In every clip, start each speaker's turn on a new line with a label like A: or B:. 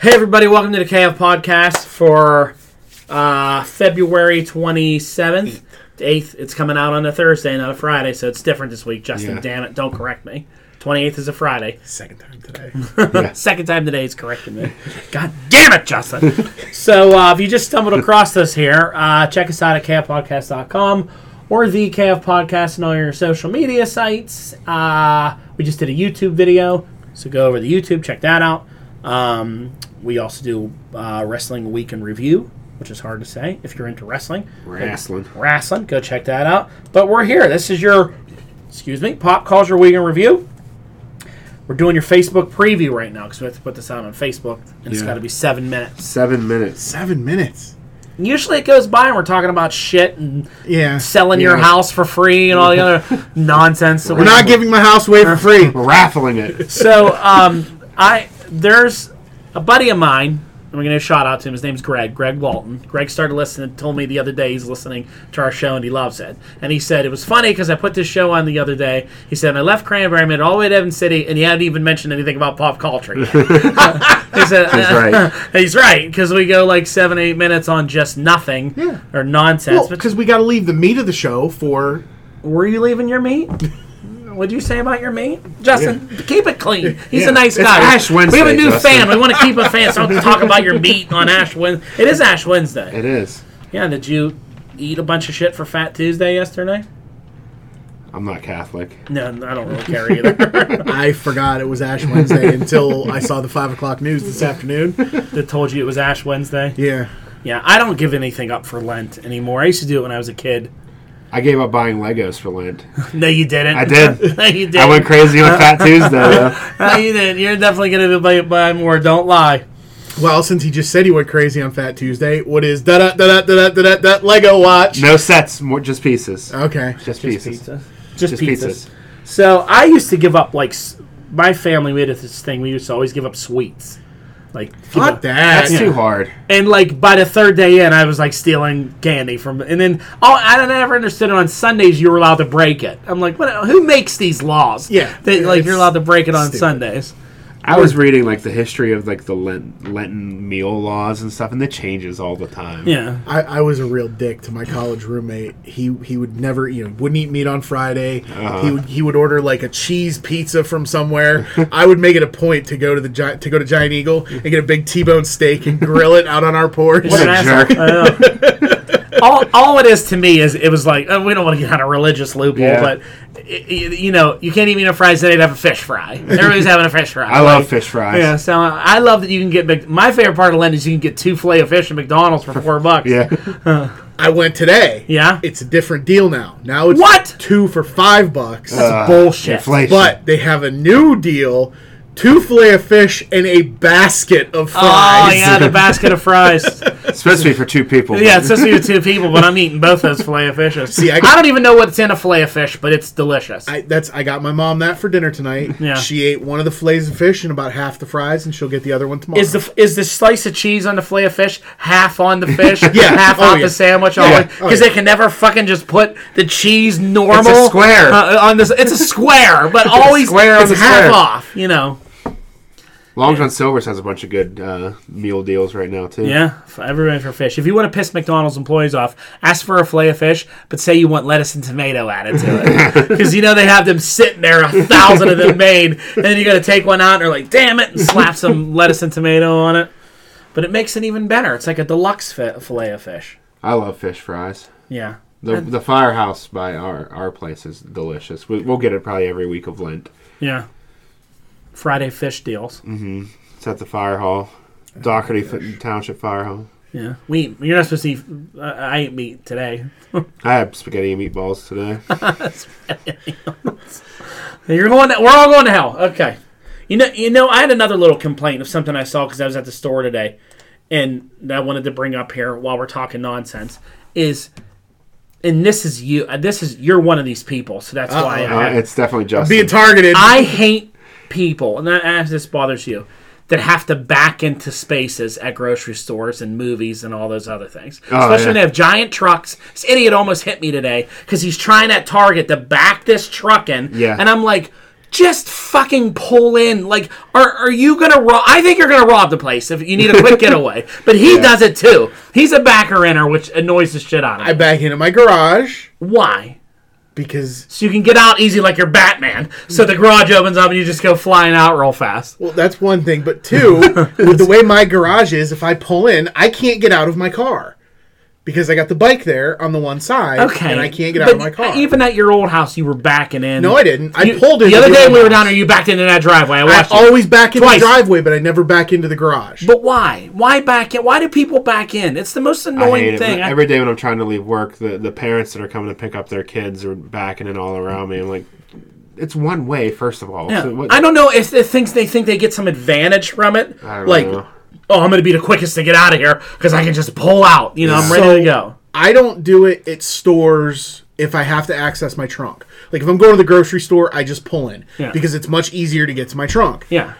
A: Hey everybody, welcome to the KF podcast for uh, February 27th, 8th. It's coming out on a Thursday, not a Friday, so it's different this week. Justin,
B: Yeah.
A: damn it, don't correct me. 28th is a Friday.
C: Second time today.
A: Second time today is correcting me. God damn it, Justin. so uh, if you just stumbled across this here, uh, check us out at kfpodcast.com or the KF Podcast and all your social media sites. Uh, we just did a YouTube video, so go over to YouTube, check that out. Um, we also do uh, Wrestling Week in Review, which is hard to say if you're into wrestling.
B: Wrestling.
A: Wrestling, go check that out. But we're here. This is your, excuse me, Pop Culture Week in Review. We're doing your Facebook preview right now because we have to put this out on Facebook, and it's
B: Yeah.
A: got to be seven minutes.
B: Seven minutes.
C: Seven minutes.
A: Usually it goes by, and we're talking about shit and
C: Yeah.
A: selling your
B: Yeah.
A: house for free and all the other nonsense. That
C: We're not giving my house away for free.
B: We're raffling it.
A: So um, I there's a buddy of mine. I'm gonna give a shout out to him. His name's Greg. Greg Walton. Greg started listening. Told me the other day he's listening to our show and he loves it. And he said it was funny because I put this show on the other day. He said and I left Cranberry, I made it all the way to Evan City, and he hadn't even mentioned anything about pop culture. Yet. he said
B: He's right.
A: He's right because we go like seven, eight minutes on just nothing
C: Yeah.
A: or nonsense.
C: Well, because we got to leave the meat of the show for.
A: but were you leaving your meat? What'd you say about your meat, Justin? Keep it clean. He's
C: Yeah.
A: a nice
B: It's
A: guy.
B: Ash
A: We have a
B: Wednesday,
A: new
B: Justin.
A: fan. We want to keep a fan. So don't talk about your meat on Ash Wednesday. It is Ash Wednesday.
B: It is.
A: Yeah. Did you eat a bunch of shit for Fat Tuesday yesterday?
B: I'm not Catholic.
A: No, I don't really care either.
C: I forgot it was Ash Wednesday until I saw the five o'clock news this afternoon.
A: they told you it was Ash Wednesday.
C: Yeah.
A: Yeah, I don't give anything up for Lent anymore. I used to do it when I was a kid.
B: I gave up buying Legos for Lent.
A: No, you didn't.
B: I did.
A: no, you did.
B: I went crazy on Fat Tuesday. though.
A: No, you didn't. You're definitely gonna be buy, buy more. Don't lie.
C: Well, since he just said he went crazy on Fat Tuesday, what is da da da da da da da da Lego watch?
B: No sets, more just pieces.
C: Okay.
B: Just pieces.
A: Just,
B: Just
A: pizzas.
B: pizzas.
A: So I used to give up like s- my family. We had this thing. We used to always give up sweets, like give
C: Fuck
A: up-
C: that.
B: That's too hard.
A: And like by the third day in, I was like stealing candy from. And then oh, I don't I never understood it. On Sundays, you were allowed to break it. I'm like, what? Who makes these laws?
C: Yeah,
A: that, like you're
C: it's
A: allowed to break it on
C: stupid.
A: Sundays.
B: I was reading like the history of like the Lent, Lenten meal laws and stuff, and it changes all the time.
A: Yeah.
C: I, I was a real dick to my college roommate. He he would never you know wouldn't eat meat on Friday. He would he would order like a cheese pizza from somewhere. I would make it a point to go to the Gi- to go to Giant Eagle and get a big T-bone steak and grill it out on our porch.
A: What
B: a
A: an asshole.
B: jerk.
A: I know. all, all it is to me is it was like oh, we don't want to get on a religious loophole,
B: Yeah.
A: but i- i- you know you can't even eat a fries today to have a fish fry. Everybody's having a fish fry.
B: I love fish fries.
A: Yeah, so I love that you can get. Mc- My favorite part of Lent is you can get two filet of fish at McDonald's for four bucks.
B: Yeah.
C: I went today.
A: Yeah?
C: it's a different deal now. Now it's
A: What?
C: two for five bucks.
B: Uh,
A: bullshit.
B: Inflation.
C: but they have a new deal: two fillet of fish and a basket
A: Oh
C: of fries.
A: yeah, the basket of fries.
B: It's supposed to be for two people.
A: yeah, it's supposed to be two people, but I'm eating both those filet of fishes.
C: See, I-
A: I don't even know what's in a filet of fish, but it's delicious.
C: I, that's I got my mom that for dinner tonight.
A: Yeah.
C: She ate one of the fillets of fish and about half the fries, and she'll get the other one tomorrow.
A: Is the is the slice of cheese on the filet of fish half on the fish,
C: Yeah.
A: half
C: Oh,
A: off
C: yeah.
A: the sandwich?
B: Yeah.
A: Yeah. Because
C: Oh, yeah.
A: they can never fucking just put the cheese normal
B: square.
A: uh, on this. It's a square, but always
B: square on
A: it's
B: the
A: half
B: square.
A: off. You know.
B: Long John Silver's has a bunch of good uh, meal deals right now too.
A: Yeah, for everybody for fish. If you want to piss McDonald's employees off, ask for a fillet of fish, but say you want lettuce and tomato added to it, because you know they have them sitting there, a thousand of them made, and then you got to take one out and they're like, "Damn it!" and slap some lettuce and tomato on it. But it makes it even better. It's like a deluxe fi- fillet of fish.
B: I love fish fries.
A: Yeah.
B: The, the firehouse by our, our place is delicious. We, we'll get it probably every week of Lent.
A: Yeah. Friday fish deals.
B: It's at the fire hall,
A: Oh
B: Doherty F- Township Fire Hall.
A: Yeah. We eat- you're not supposed to eat. Uh, I ate meat today.
B: I had spaghetti and meatballs today.
A: You're going. To, we're all going to hell. Okay. You know. You know. I had another little complaint of something I saw because I was at the store today, and that I wanted to bring up here while we're talking nonsense is, and this is you. uh, This is you're one of these people, so that's why
C: Uh-oh.
B: Uh,
A: I,
B: it's definitely
C: being
B: Justin.
C: targeted.
A: I hate people, and I I- if this bothers you, that have to back into spaces at grocery stores and movies and all those other things. Especially
B: Oh, yeah.
A: when they have giant trucks. This idiot almost hit me today because he's trying at Target to back this truck in.
B: Yeah.
A: And I'm like, Just fucking pull in. Like, are, are you gonna rob? I think you're gonna rob the place if you need a quick getaway. But he does it too. He's a backer inner, which annoys the shit out of me.
C: I back into my garage
A: Why?
C: because
A: So you can get out easy like you're Batman. So the garage opens up and you just go flying out real fast.
C: well, that's one thing. But two, with the way my garage is, if I pull in, I can't get out of my car because I got the bike there on the one side,
A: Okay.
C: and I can't get out
A: But
C: of my car.
A: Even at your old house, you were backing in.
C: no, I didn't. I
A: You-
C: pulled in
A: The other
C: to
A: day
C: get
A: we were
C: out.
A: down there, you backed into that driveway. I
C: I
A: watched you.
C: always back in
A: Twice.
C: the driveway, but I never back into the garage.
A: But why? Why back in? Why do people back in? It's the most
B: I
A: annoying
B: hate it.
A: thing. I-
B: Every day when I'm trying to leave work, the, the parents that are coming to pick up their kids are backing in all around me. I'm like, it's one way, first of all.
A: Yeah.
B: So what-
A: I don't know if they think they think they get some advantage from it.
B: I don't
A: like,
B: know.
A: oh, I'm going to be the quickest to get out of here because I can just pull out. You know, I'm ready
C: So-
A: to go.
C: I don't do it at stores if I have to access my trunk. Like if I'm going to the grocery store, I just pull in
A: Yeah.
C: because it's much easier to get to my trunk.
A: Yeah,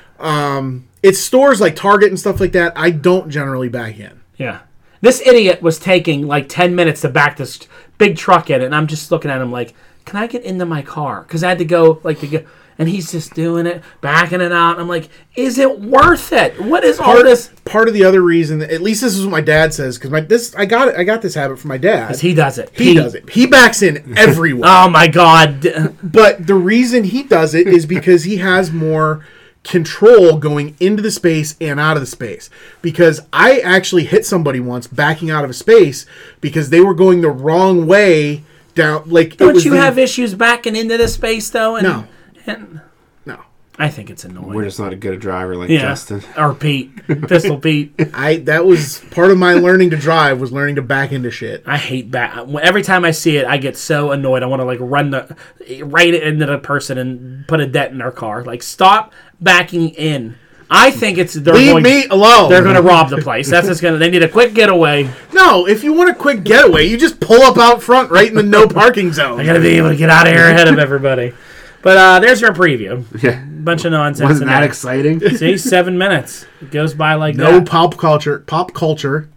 C: It's stores like Target and stuff like that. I don't generally back in.
A: yeah. This idiot was taking like ten minutes to back this big truck in, and I'm just looking at him like, can I get into my car? Because I had to go like to go. And he's just doing it, backing it out. I'm like, is it worth it? What is all this?
C: Part of the other reason, at least this is what my dad says, because my this I got it. I got this habit from my dad.
A: He does it.
C: He does it. He backs in everywhere.
A: Oh my god.
C: But the reason he does it is because he has more control going into the space and out of the space. Because I actually hit somebody once backing out of a space because they were going the wrong way down. Like
A: Don't you
C: the-
A: have issues backing into this space though? And,
C: No.
A: and-
C: no.
A: I think it's annoying.
B: We're just not a good driver like
A: yeah.
B: Justin.
A: Or Pete. Pistol Pete.
C: I that was part of my learning to drive was learning to back into shit.
A: I hate back. Every time I see it, I get so annoyed. I want to like run the right into the person and put a dent in their car. Like stop backing in. I think it's they're
C: Leave
A: going,
C: me alone.
A: They're going to rob the place. That's just going to. They need a quick getaway.
C: no, if you want a quick getaway, you just pull up out front right in the no parking zone.
A: I got to be able to get out of here ahead of everybody. But uh, there's your preview.
B: Yeah.
A: Bunch of nonsense.
B: Wasn't
A: in
B: that
A: there.
B: exciting?
A: See, seven minutes. It goes by like
C: no
A: that.
C: pop culture. Pop culture.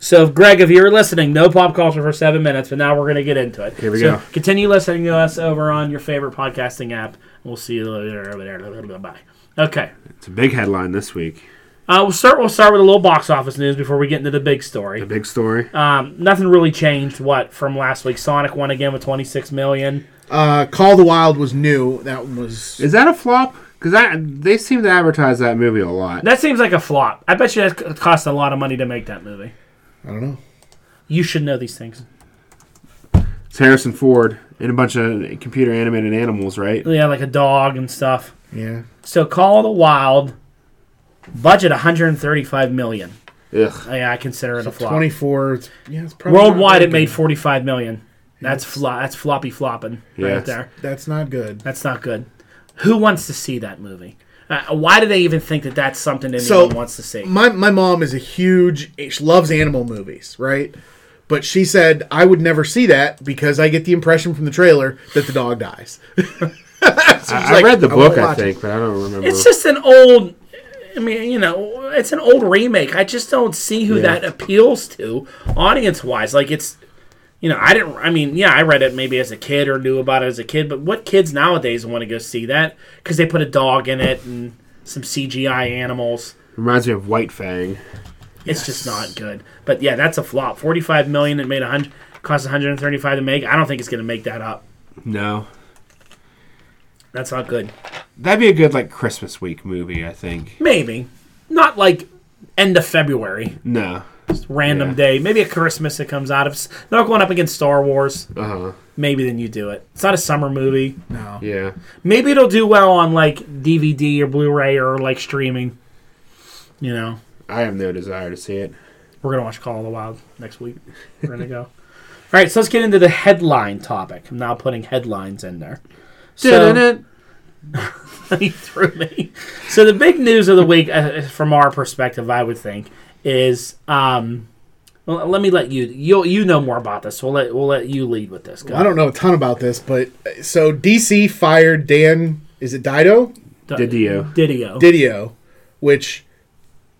A: So, Greg, if you're listening, no pop culture for seven minutes, but now we're going to get into it. Here
B: we go.
A: Continue listening to us over on your favorite podcasting app. We'll see you later. Bye. Okay.
B: It's a big headline this week.
A: Uh, we'll start. We'll start with a little box office news before we get into the big story.
B: Big story.
A: Um, nothing really changed. What from last week? Sonic won again with 26 million.
C: Uh, Call of the Wild was new. That one was
B: Is that a flop? Because they seem to advertise that movie a lot.
A: That seems like a flop. I bet you that c- cost a lot of money to make that movie.
C: I don't know.
A: You should know these things.
B: It's Harrison Ford and a bunch of computer animated animals, right?
A: Yeah, like a dog and stuff.
C: Yeah.
A: So, Call of the Wild budget 135 million.
B: Ugh.
A: Yeah, I consider it a flop.
C: 24. It's, yeah, it's probably not
A: Worldwide,
C: very
A: it made
C: good.
A: 45 million. That's flo- That's floppy flopping
B: Yeah.
A: right there.
C: That's not good.
A: That's not good. Who wants to see that movie? Uh, why do they even think that that's something that
C: So-
A: anyone wants to see?
C: My my mom is a huge. She loves animal movies, right? But she said I would never see that because I get the impression from the trailer that the dog dies.
B: I,
C: like,
B: I read the
C: I won't
B: book, I,
C: watch it.
B: think, but I don't remember.
A: It's just an old. I mean, you know, it's an old remake. I just don't see who that appeals to audience wise. Like it's. You know, I didn't. I mean, yeah, I read it maybe as a kid or knew about it as a kid, but what kids nowadays want to go see that? Because they put a dog in it and some CGI animals.
B: Reminds me of White Fang.
A: It's just not good. But yeah, that's a flop. Forty-five million. It made a hundred. Cost one hundred and thirty-five to make. I don't think it's going to make that up.
B: No.
A: That's not good.
B: That'd be a good like Christmas week movie, I think.
A: Maybe not like end of February,
B: No.
A: random
B: Yeah.
A: day. Maybe a Christmas it comes out. If it's not going up against Star Wars,
B: Uh huh.
A: maybe then you do it. It's not a summer movie.
C: No.
B: Yeah.
A: Maybe it'll do well on like DVD or Blu-ray or like streaming. You know,
B: I have no desire to see it.
A: we're gonna watch Call of the Wild next week. We're gonna go. All right, so let's get into the headline topic. I'm now putting headlines in there. So- he threw me. So the big news of the week, uh, from our perspective, I would think, is um, well, let me let you you you know more about this. We'll let we'll let you lead with this. Go.
C: I don't know a ton about this, but uh, so DC fired Dan. Is it Dido?
B: Didio.
A: Didio.
C: Didio, which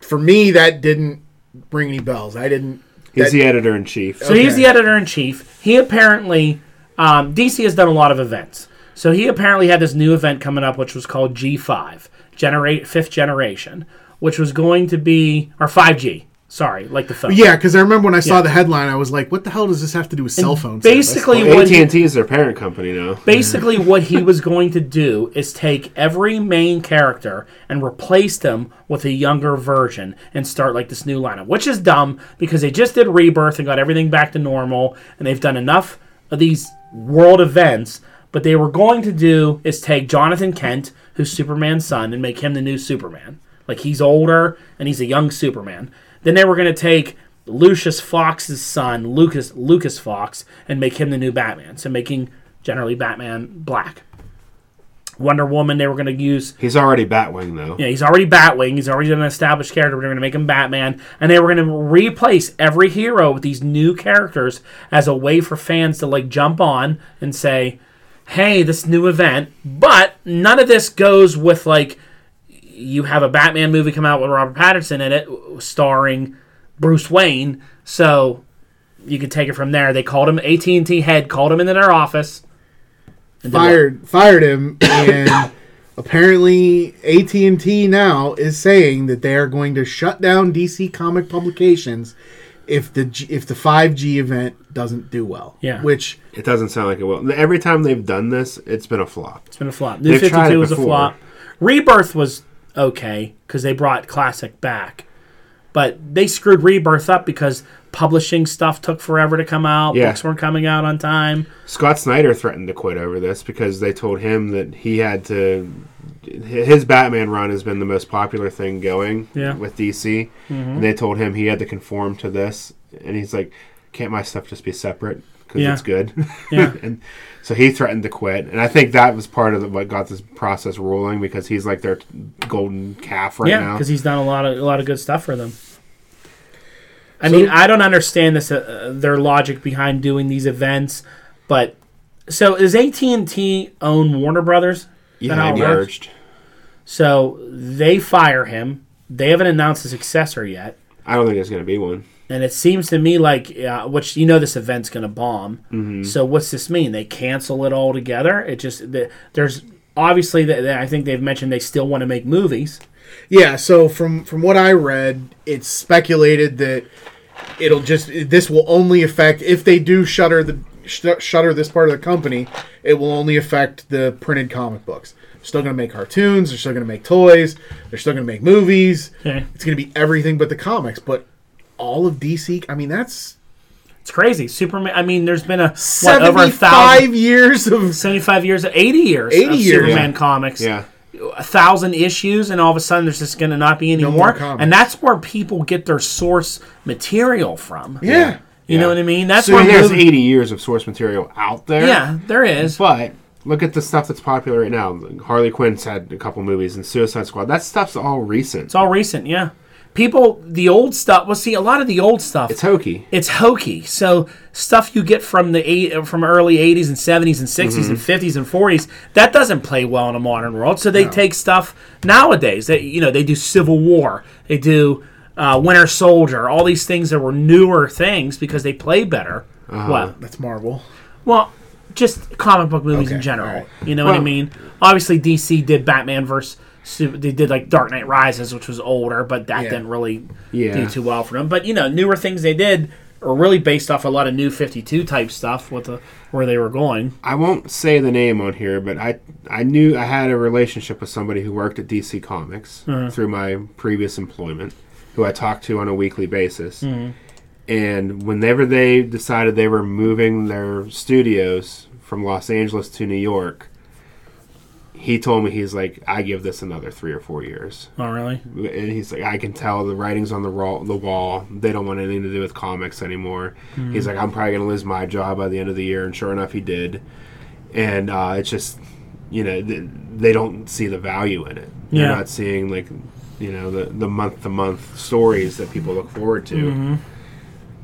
C: for me that didn't ring any bells. I didn't.
B: He's
C: that-
B: the editor in chief.
A: So he's the editor in chief. He apparently um, DC has done a lot of events. So he apparently had this new event coming up, which was called G5, generate fifth generation, which was going to be or 5G. Sorry, like the phone.
C: Yeah, because I remember when I saw the headline, I was like, "What the hell does this have to do with cell phones?"
A: Basically, what
B: AT
A: he,
B: and T is their parent company now.
A: basically what he was going to do is take every main character and replace them with a younger version and start like this new lineup, which is dumb because they just did Rebirth and got everything back to normal, and they've done enough of these world events. But they were going to do is take Jonathan Kent, who's Superman's son, and make him the new Superman. Like he's older and he's a young Superman. Then they were going to take Lucius Fox's son, Lucas Lucas Fox, and make him the new Batman. So making generally Batman black. Wonder Woman, they were going to use.
B: He's already Batwing though.
A: Yeah, he's already Batwing. He's already an established character. But they're going to make him Batman, and they were going to replace every hero with these new characters as a way for fans to like jump on and say, "Hey, this new event." But none of this goes with like you have a Batman movie come out with Robert Pattinson in it, starring Bruce Wayne. So you could take it from there. They called him AT and T head, called him into their office. and did what?
C: fired fired him, and apparently AT and T now is saying that they are going to shut down DC comic publications if the G- if the five G event doesn't do well.
A: Yeah.
C: which
B: It doesn't sound like it will. Every time they've done this, it's been a flop.
A: It's been a flop. New
B: They've tried
A: Fifty Two
B: it
A: was a
B: before.
A: flop. Rebirth was okay because they brought classic back, but they screwed Rebirth up because publishing stuff took forever to come out.
B: Yeah.
A: Books weren't coming out on time.
B: Scott Snyder threatened to quit over this because they told him that he had to. His Batman run has been the most popular thing going
A: Yeah. Mm-hmm.
B: with DC. And they told him he had to conform to this. And he's like, can't my stuff just be separate? Because
A: Yeah.
B: it's good.
A: Yeah.
B: and so he threatened to quit. And I think that was part of the, what got this process rolling because he's like their golden calf right
A: yeah,
B: now.
A: because he's done a lot of a lot of good stuff for them. I mean, I don't understand this uh, their logic behind doing these events, but so is AT and T own Warner Brothers?
B: Yeah,
A: how it
B: he
A: works?
B: merged.
A: So they fire him. They haven't announced a successor yet.
B: I don't think there's going to be one.
A: And it seems to me like, uh, which you know, this event's going to bomb.
B: Mm-hmm.
A: So what's this mean? They cancel it all together? It just the, there's obviously that that I think they've mentioned they still want to make movies.
C: yeah. So from from what I read, it's speculated that it'll just this will only affect if they do shutter the sh- shutter this part of the company it will only affect the printed comic books they're still going to make cartoons they're still going to make toys they're still going to make movies
A: Yeah.
C: it's going to be everything but the comics but all of dc i mean that's
A: It's crazy. Superman. I mean, there's been a what, over a
C: 75
A: thousand,
C: years of
A: 75 years, 80 years,
C: 80
A: of
C: years.
A: Superman comics.
B: Yeah.
A: a thousand issues, and all of a sudden there's just going to not be any
C: more
A: more.
C: comics.
A: and that's where people get their source material from.
C: yeah
A: You know what I mean? That's
B: So
A: where
B: there's
A: movie-
B: 80 years of source material out there.
A: yeah, there is.
B: But look at the stuff that's popular right now. Harley Quinn's had a couple movies and Suicide Squad. That stuff's all recent.
A: It's all recent, yeah. People, the old stuff. Well, see, a lot of the old stuff,
B: It's
A: it's,
B: hokey.
A: hokey. So stuff you get from the eight, uh, from early '80s and '70s and '60s and '50s and '40s that doesn't play well in a modern world. So they take stuff nowadays. That you know, they do Civil War, they do uh, Winter Soldier, all these things that were newer things because they play better. What?
C: that's marvel
A: Well, just comic book movies in
C: Okay,
A: general.
C: alright.
A: You know what I
B: Well-
A: mean? Obviously, DC did Batman versus. Su- They did like Dark Knight Rises, which was older, but that
C: Yeah.
A: didn't really
B: Yeah.
A: do too well for them. But you know, newer things they did are really based off a lot of new Fifty Two type stuff with the where they were going.
B: I won't say the name on here, but I I knew I had a relationship with somebody who worked at DC Comics through my previous employment, who I talked to on a weekly basis. And whenever they decided they were moving their studios from Los Angeles to New York, he told me he's like, I give this another three or four years.
A: Oh, really?
B: and he's like, I can tell the writing's on the wall. The wall. They don't want anything to do with comics anymore. He's like, I'm probably gonna lose my job by the end of the year, and sure enough, he did. And uh, it's just, you know, th- they don't see the value in it. They're
A: Yeah.
B: not seeing like, you know, the the month to month stories that people look forward to.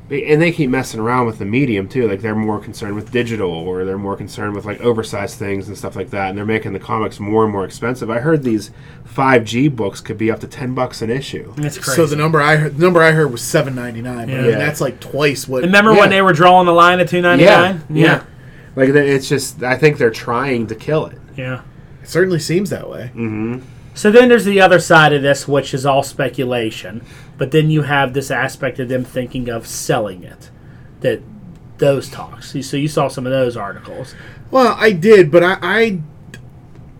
B: They- And they keep messing around with the medium too. Like they're more concerned with digital, or they're more concerned with like oversized things and stuff like that. And they're making the comics more and more expensive. I heard these five G books could be up to ten bucks an issue.
A: That's crazy.
C: so the number i heard the number i heard was 799 but I mean,
A: Yeah.
C: that's like twice what
A: Remember when
B: Yeah.
A: they were drawing the line at two ninety nine?
B: Yeah, yeah. Like they- it's just I think they're trying to kill it.
A: Yeah.
C: It certainly seems that way.
A: So then there's the other side of this, which is all speculation. But then you have this aspect of them thinking of selling it, that those talks. So you saw some of those articles.
C: Well, I did, but I, I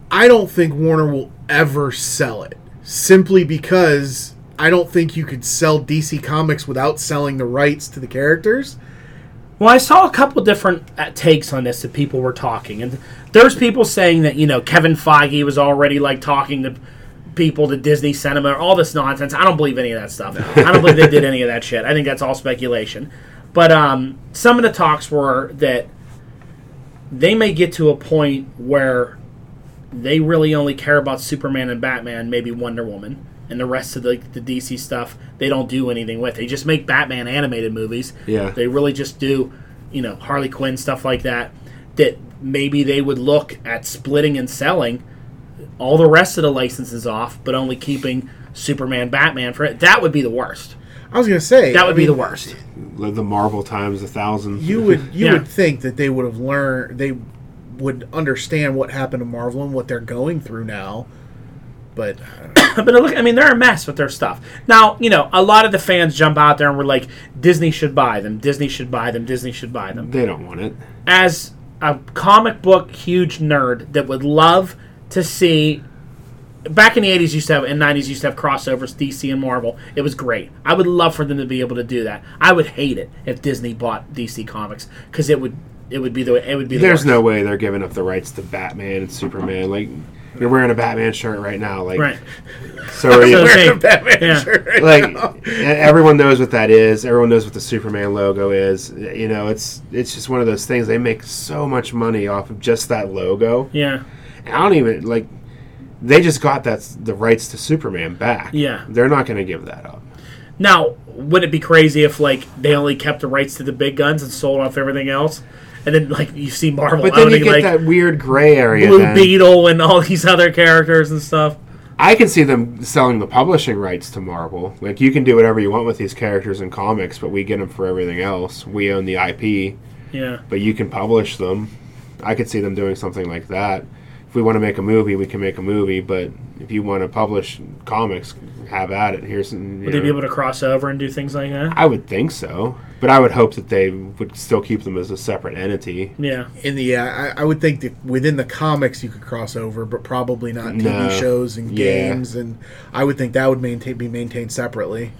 C: I don't think Warner will ever sell it. Simply because I don't think you could sell DC Comics without selling the rights to the characters.
A: Well, I saw a couple different uh, takes on this that people were talking, and there's people saying that you know Kevin Feige was already like talking to people to Disney Cinema, all this nonsense. I don't believe any of that stuff. I don't believe they did any of that shit. I think that's all speculation. But um, some of the talks were that they may get to a point where they really only care about Superman and Batman, maybe Wonder Woman, and the rest of the, the DC stuff they don't do anything with. They just make Batman animated movies.
B: Yeah.
A: They really just do, you know, Harley Quinn stuff like that. That maybe they would look at splitting and selling all the rest of the licenses off, but only keeping Superman, Batman for it. That would be the worst.
C: I was gonna say
A: That would
C: I
A: be
C: mean,
A: the worst.
B: Like, The Marvel times a thousand.
C: You would you
A: Yeah.
C: would think that they would have learned they would understand what happened to Marvel and what they're going through now. But I don't know.
A: But look, I mean, they're a mess with their stuff. Now, you know, a lot of the fans jump out there and were like, Disney should buy them, Disney should buy them, Disney should buy them.
B: they don't want it.
A: As a comic book huge nerd that would love to see. Back in the 80s, used to have, and 90s, used to have crossovers, DC and Marvel. It was great. I would love for them to be able to do that. I would hate it if Disney bought DC Comics because it would. It would be the it would be the
B: There's
A: worst.
B: no way they're giving up the rights to Batman and Superman. Like you're wearing a Batman shirt right now. Like
A: right
B: so are you.
A: So
C: Wearing a
A: they-
C: Batman
A: yeah.
C: shirt right
B: like
C: now.
B: e- everyone knows what that is. Everyone knows what the Superman logo is. You know, it's it's just one of those things. They make so much money off of just that logo.
A: yeah
B: I don't even like. They just got that s- the rights to Superman back.
A: Yeah.
B: they're not going to give that up.
A: Now, would it be crazy if like they only kept the rights to the big guns and sold off everything else? And then like you see Marvel
B: But then you
A: owning
B: get
A: like
B: that weird gray area.
A: Blue
B: then.
A: Beetle and all these other characters and stuff.
B: I can see them selling the publishing rights to Marvel. Like you can do whatever you want with these characters in comics, but we get them for everything else. We own the IP.
A: Yeah.
B: but you can publish them. I could see them doing something like that. If we want to make a movie, we can make a movie. But if you want to publish comics, have at it. Here's some, you
A: Would they be
B: know.
A: able to cross over and do things like that?
B: I would think so, but I would hope that they would still keep them as a separate entity.
A: Yeah.
C: in the uh, I, I would think that within the comics you could cross over, but probably not TV
B: No.
C: shows and
B: Yeah.
C: games. And I would think that would maintain be maintained separately.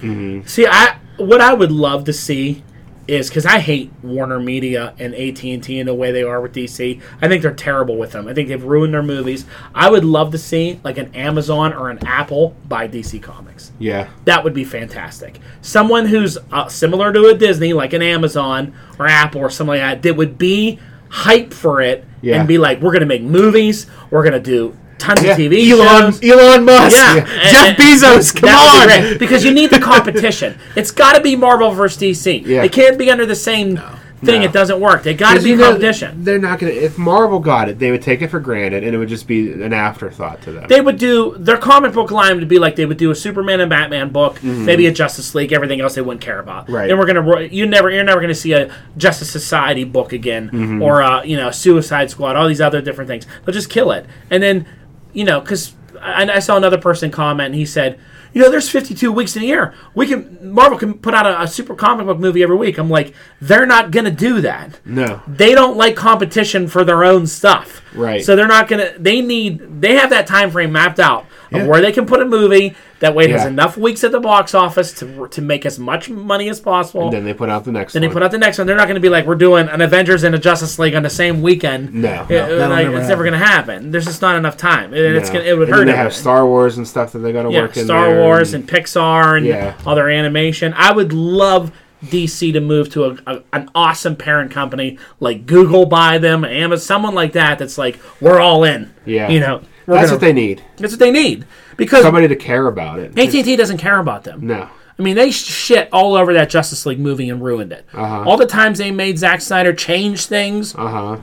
A: See, I what I would love to see is because I hate Warner Media and AT and T and the way they are with DC. I think they're terrible with them. I think they've ruined their movies. I would love to see like an Amazon or an Apple buy DC Comics.
B: Yeah,
A: That would be fantastic. Someone who's uh, similar to a Disney, like an Amazon or Apple or something like that, that would be hype for it
B: Yeah.
A: and be like, "We're gonna make movies. We're gonna do tons
B: Yeah.
A: of TV
C: Elon
A: shows."
C: Elon Musk,
A: Yeah, and-
C: Jeff
A: and-
C: Bezos, come
A: That would
C: on!
A: be great, because you need the competition. it's got to be Marvel versus DC.
B: Yeah.
A: They can't be under the same thing.
B: No.
A: It doesn't work. They got to
B: 'Cause
A: be
B: you know,
A: competition.
B: They're not gonna. If Marvel got it, they would take it for granted, and it would just be an afterthought to them.
A: they would do their comic book line would be like they would do a Superman and Batman book, maybe a Justice League. Everything else they wouldn't care about.
B: Right.
A: And we're gonna ro- you never you're never gonna see a Justice Society book again or a, you know Suicide Squad. All these other different things. They'll just kill it. And then you know because I, I saw another person comment and he said. You know, there's 52 weeks in a year. We can Marvel can put out a, a super comic book movie every week. I'm like, they're not gonna do that
B: no,
A: they don't like competition for their own stuff.
B: Right.
A: So they're not gonna. They need. They have that time frame mapped out of
B: Yeah.
A: where they can put a movie that way it has
B: Yeah.
A: enough weeks at the box office to to make as much money as possible.
B: then they put out the next.
A: then they
B: one.
A: put out the next one. They're not going to be like we're doing an Avengers and a Justice League on the same weekend.
B: No.
A: It-
B: No,
A: it-
C: that'll
A: like,
C: never
A: it's never going to happen. There's just not enough time. It, it's
B: No.
A: gonna, it would
B: and
A: hurt.
B: Then they
A: everything.
B: have Star Wars and stuff that they got to
A: Yeah,
B: work in.
A: Star
B: there,
A: Wars and Pixar and
B: Yeah.
A: all their animation. I would love DC to move to a, a, an awesome parent company like Google buy them, Amazon, someone like that. That's like we're all in.
B: Yeah.
A: you know, we're
B: that's
A: gonna-
B: what they need.
A: That's what they need because AT
B: Somebody to care about it.
A: and T doesn't care about them.
B: No.
A: I mean, they sh- shit all over that Justice League movie and ruined it.
B: Uh-huh.
A: All the times they made Zack Snyder change things,
B: Uh huh.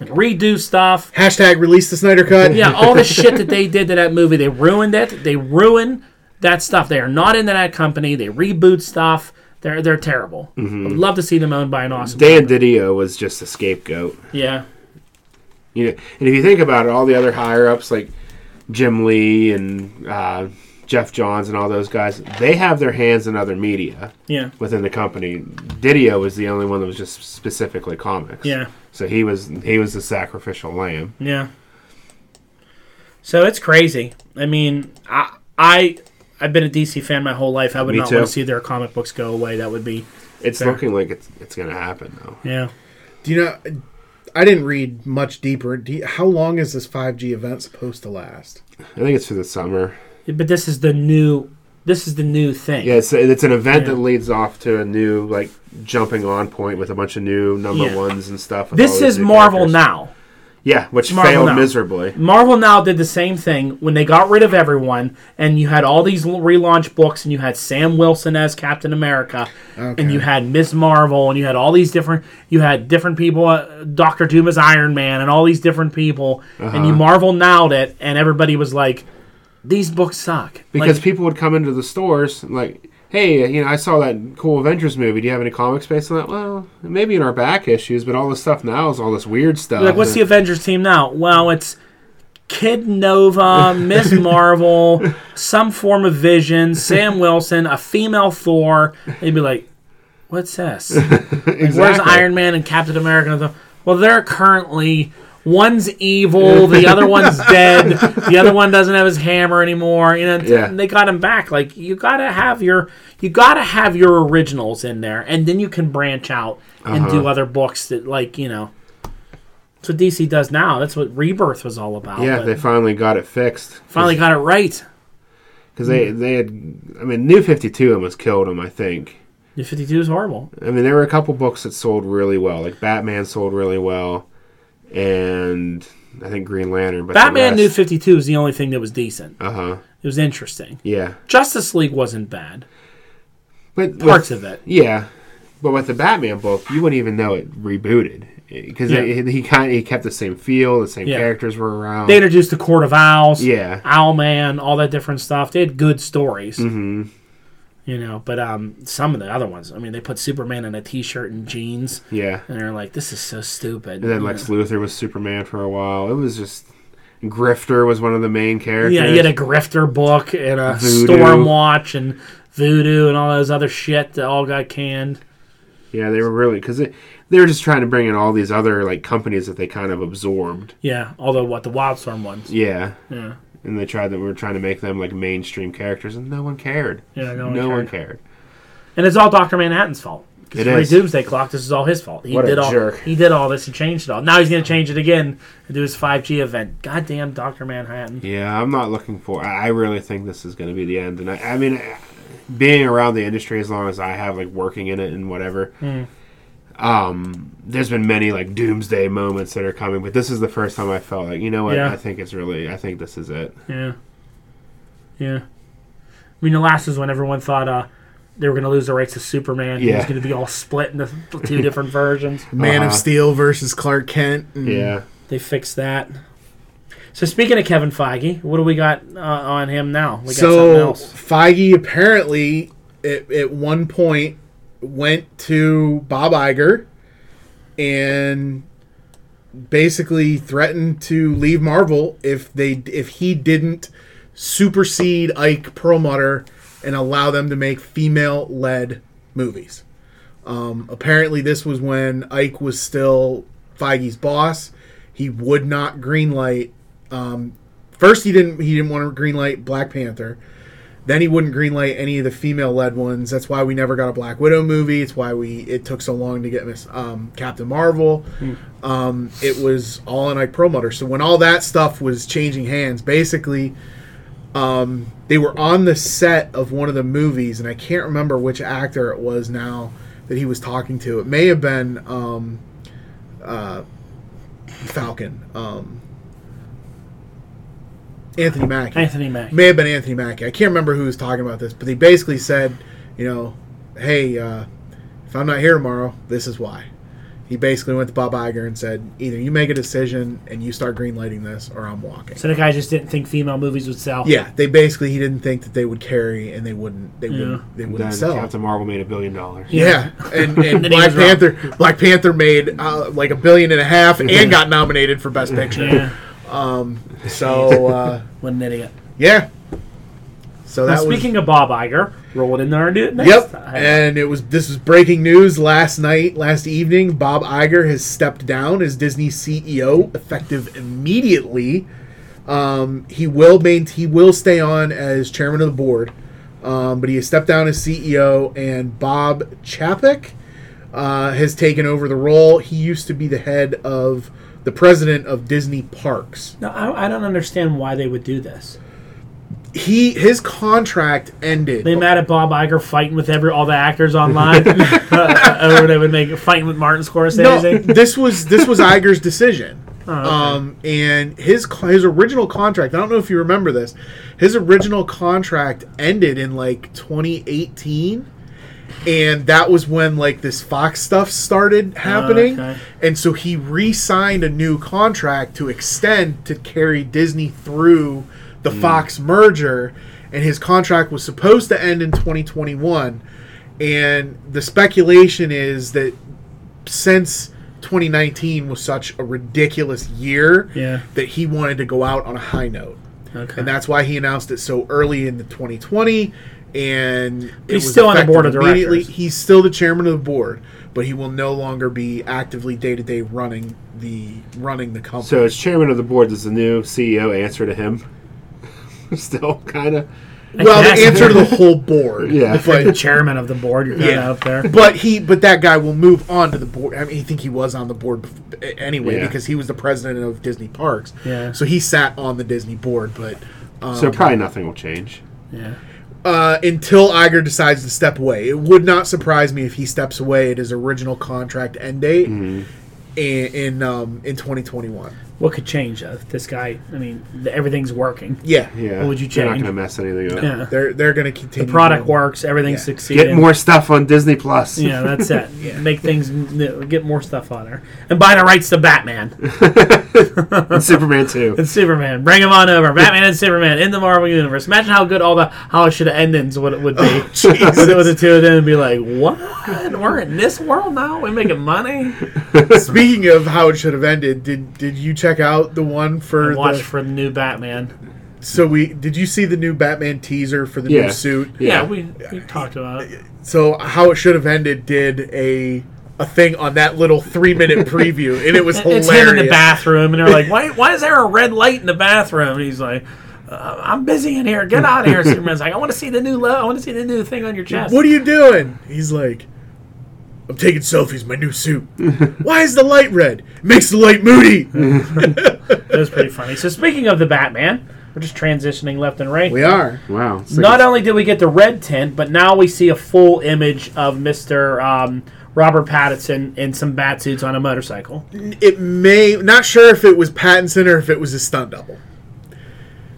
A: redo stuff.
C: Hashtag release the Snyder Cut.
A: Yeah, all the shit that they did to that movie, they ruined it. They ruin that stuff. They are not into that company. They reboot stuff. They're they're terrible.
B: Mm-hmm.
A: I would love to see them owned by an awesome.
B: Dan Didio was just a scapegoat.
A: Yeah.
B: You know, and if you think about it, all the other higher ups like Jim Lee and uh, Jeff Johns and all those guys, they have their hands in other media
A: Yeah.
B: within the company. Didio was the only one that was just specifically comics.
A: Yeah.
B: So he was he was the sacrificial lamb.
A: Yeah. So it's crazy. I mean, I I I've been a DC fan my whole life. I would
B: Me
A: not
B: too.
A: want to see their comic books go away. That would be
B: It's
A: Fair.
B: looking like it's it's gonna happen though.
A: yeah.
C: Do you know? I didn't read much deeper. Do you- how long is this 5G event supposed to last?
B: I think it's for the summer.
A: But this is the new this is the new thing.
B: Yeah, it's, it's an event
A: Yeah.
B: that leads off to a new like jumping on point with a bunch of new number
A: Yeah.
B: ones and stuff. with all
A: This
B: these
A: is
B: new
A: Marvel
B: characters.
A: now.
B: Yeah, which
A: Marvel
B: failed
A: now.
B: miserably.
A: Marvel Now did the same thing when they got rid of everyone, and you had all these l- relaunch books, and you had Sam Wilson as Captain America, and you had Ms. Marvel, and you had all these different, you had different people, uh, Doctor Doom as Iron Man, and all these different people, and you Marvel Nowed it, and everybody was like, "These books suck."
B: because
A: like,
B: people would come into the stores and like, hey, you know, I saw that cool Avengers movie. Do you have any comics based on that? Well, maybe in our back issues, but all this stuff now is all this weird stuff.
A: like, what's the
B: and-
A: Avengers team now? Well, it's Kid Nova, Ms. Marvel, some form of Vision, Sam Wilson, a female Thor. They'd be like, "What's this?" Where's
B: Exactly.
A: Iron Man and Captain America? And the- Well, they're currently one's evil, the other one's dead, the other one doesn't have his hammer anymore. You know,
B: Yeah.
A: they got him back. Like you gotta have your you gotta have your originals in there, and then you can branch out and do
B: Uh-huh.
A: other books that like you know. That's what DC does now. That's what Rebirth was all about.
B: Yeah,
A: but
B: they finally got it fixed.
A: finally got it right.
B: because they they had, I mean, New Fifty Two almost killed them. I think.
A: The Fifty Two is horrible.
B: I mean, there were a couple books that sold really well, like Batman sold really well, and I think Green Lantern. But
A: Batman New Fifty Two is the only thing that was decent.
B: Uh huh.
A: It was interesting.
B: Yeah,
A: Justice League wasn't bad.
B: but with-
A: Parts of it.
B: Yeah, but with the Batman book, you wouldn't even know it rebooted because
A: Yeah.
B: he kind he kept the same feel, the same
A: Yeah.
B: characters were around.
A: They introduced the Court of Owls,
B: Yeah.
A: Owlman, all that different stuff. They had good stories, mm-hmm. you know. But um, some of the other ones, I mean, they put Superman in a T-shirt and jeans,
B: yeah,
A: and they're like, "This is so stupid."
B: and then Lex Luthor was Superman for a while. It was just Grifter was one of the main characters.
A: yeah, you had a grifter book and a
B: Voodoo.
A: Stormwatch and Voodoo and all those other shit that all got canned.
B: Yeah, they were really because they, they were just trying to bring in all these other like companies that they kind of absorbed.
A: Yeah, although what the Wildstorm ones.
B: Yeah.
A: Yeah,
B: And they tried that we were trying to make them like mainstream characters, and no one cared.
A: yeah, no, one
B: no
A: cared.
B: one cared.
A: And it's all Doctor Manhattan's fault. Because
B: It
A: for the
B: is.
A: Doomsday Clock, this is all his fault. He
B: What a
A: did all
B: jerk.
A: he did all this and changed it all. Now he's going to change it again and do his 5G event. Goddamn Doctor Manhattan.
B: Yeah, I'm not looking for. I I really think this is going to be the end. And I, I mean, being around the industry as long as I have, like working in it and whatever,
A: Hmm.
B: um, there's been many like doomsday moments that are coming. But this is the first time I felt like, you know what?
A: Yeah.
B: I think it's really. I think this is it.
A: Yeah, yeah. I mean, the last is when everyone thought uh, they were going to lose the rights to Superman. He was
B: Yeah.
A: going to be all split into th- two different versions.
C: Man of
B: Uh-huh.
C: Steel versus Clark Kent. and-
A: Hmm.
B: Yeah.
A: They fixed that. So speaking of Kevin Feige, what do we got uh, on him now? We got something
C: So
A: else.
C: Feige apparently at, at one point went to Bob Iger and basically threatened to leave Marvel if they if he didn't supersede Ike Perlmutter and allow them to make female led movies. Um, apparently, this was when Ike was still Feige's boss. He would not greenlight. Um, first, he didn't. He didn't want to greenlight Black Panther. Then he wouldn't greenlight any of the female-led ones. That's why we never got a Black Widow movie. It's why we it took so long to get Miss um, Captain Marvel. Um, it was all in Ike Perlmutter. So when all that stuff was changing hands, basically um, they were on the set of one of the movies, and I can't remember which actor it was now that he was talking to. It may have been um, uh, Falcon, um, Anthony Mackie.
A: Anthony Mack.
C: May have been Anthony Mackie. I can't remember who was talking about this, but they basically said, you know, hey, uh, if I'm not here tomorrow, this is why. He basically went to Bob Iger and said, "Either you make a decision and you start greenlighting this, or I'm walking."
A: So the guy just didn't think female movies would sell.
C: yeah, they basically he didn't think that they would carry and they wouldn't they wouldn't they
B: Then
C: wouldn't sell.
B: Captain Marvel made a billion dollars.
C: Yeah, and, and
A: he
C: Black
A: was wrong.
C: Panther. Black Panther made uh, like a billion and a half and got nominated for Best Picture.
A: Yeah.
C: So uh,
A: What an idiot.
C: yeah, so
A: Now,
C: that was
A: speaking of Bob Iger, roll it in there and do it next
C: yep.
A: time.
C: And it was this was breaking news last night, last evening. Bob Iger has stepped down as Disney CEO effective immediately. Um, he will main, he will stay on as chairman of the board, um, but he has stepped down as CEO, and Bob Chapek uh, has taken over the role. He used to be the head of the president of Disney Parks.
A: no, I, I don't understand why they would do this.
C: He his contract ended.
A: They mad at Bob Iger fighting with every all the actors online, uh, or they would make fighting with Martin Scorsese.
C: No, this was this was Iger's decision. Um, and his co- his original contract. I don't know if you remember this. His original contract ended in like 2018, and that was when like this Fox stuff started happening.
A: okay.
C: And so he re-signed a new contract to extend to carry Disney through the Fox merger, and his contract was supposed to end in 2021. And the speculation is that since 2019 was such a ridiculous year
A: Yeah.
C: that he wanted to go out on a high note.
A: Okay.
C: And that's why he announced it so early in the 2020 and it
A: he's
C: was
A: still on the board of
C: effective immediately.
A: directors.
C: He's still the chairman of the board, but he will no longer be actively day-to-day running the running the company.
B: So, as chairman of the board, does the new CEO answer to him? Still, kind of.
C: well,
A: That's-
C: the answer to the whole board.
B: Yeah.
A: the
C: But,
A: chairman of the board, you're kind of
C: Yeah.
A: up there.
C: but he but that guy will move on to the board. I mean, I think he was on the board bef- a- anyway
B: Yeah.
C: because he was the president of Disney Parks.
A: Yeah.
C: So he sat on the Disney board, but
B: so, probably nothing will change.
A: Yeah.
C: uh, until Iger decides to step away. It would not surprise me if he steps away at his original contract end date
B: Mm-hmm.
C: in in, um, in 2021.
A: What could change? Uh, this guy, I mean, the, everything's working.
C: Yeah,
B: Yeah.
A: What would you
B: They're not
A: change?
B: going to mess anything up.
A: Yeah.
C: they're they're going to continue.
A: The product
C: doing-
A: works. Everything's
C: Yeah.
A: succeeding.
B: Get more stuff on Disney Plus.
A: Yeah, that's it. Make things new, get more stuff on there, and buy the rights to Batman
B: and Superman 2.
A: and Superman. Bring them on over, Batman and Superman in the Marvel universe. Imagine how good all the how it should have endings would would be with, with the two of them and be like, what? We're in this world now. We're making money.
C: Speaking of how it should have ended, did did you check out the one for
A: Watch
C: the?
A: for the new Batman.
C: So we did you see the new Batman teaser for the
B: Yeah.
C: new suit?
A: Yeah,
B: Yeah.
A: we, we talked about it.
C: So how it should have ended did a a thing on that little three minute preview, and it was hilarious.
A: It's him in the bathroom, and they're like, "Why? Why is there a red light in the bathroom?" And he's like, uh, "I'm busy in here. Get out of here." Superman's like, "I want to see the new low. I want to see the new thing on your chest."
C: What are you doing? He's like, I'm taking selfies, my new suit. Why is the light red? Makes the light moody.
A: That was pretty funny. So speaking of the Batman, we're just transitioning left and right.
C: we are.
B: Wow. It's like
A: Not only did we get the red tint, but now we see a full image of Mister um, Robert Pattinson in some bat suits on a motorcycle.
C: It may not sure if it was Pattinson or if it was a stunt double.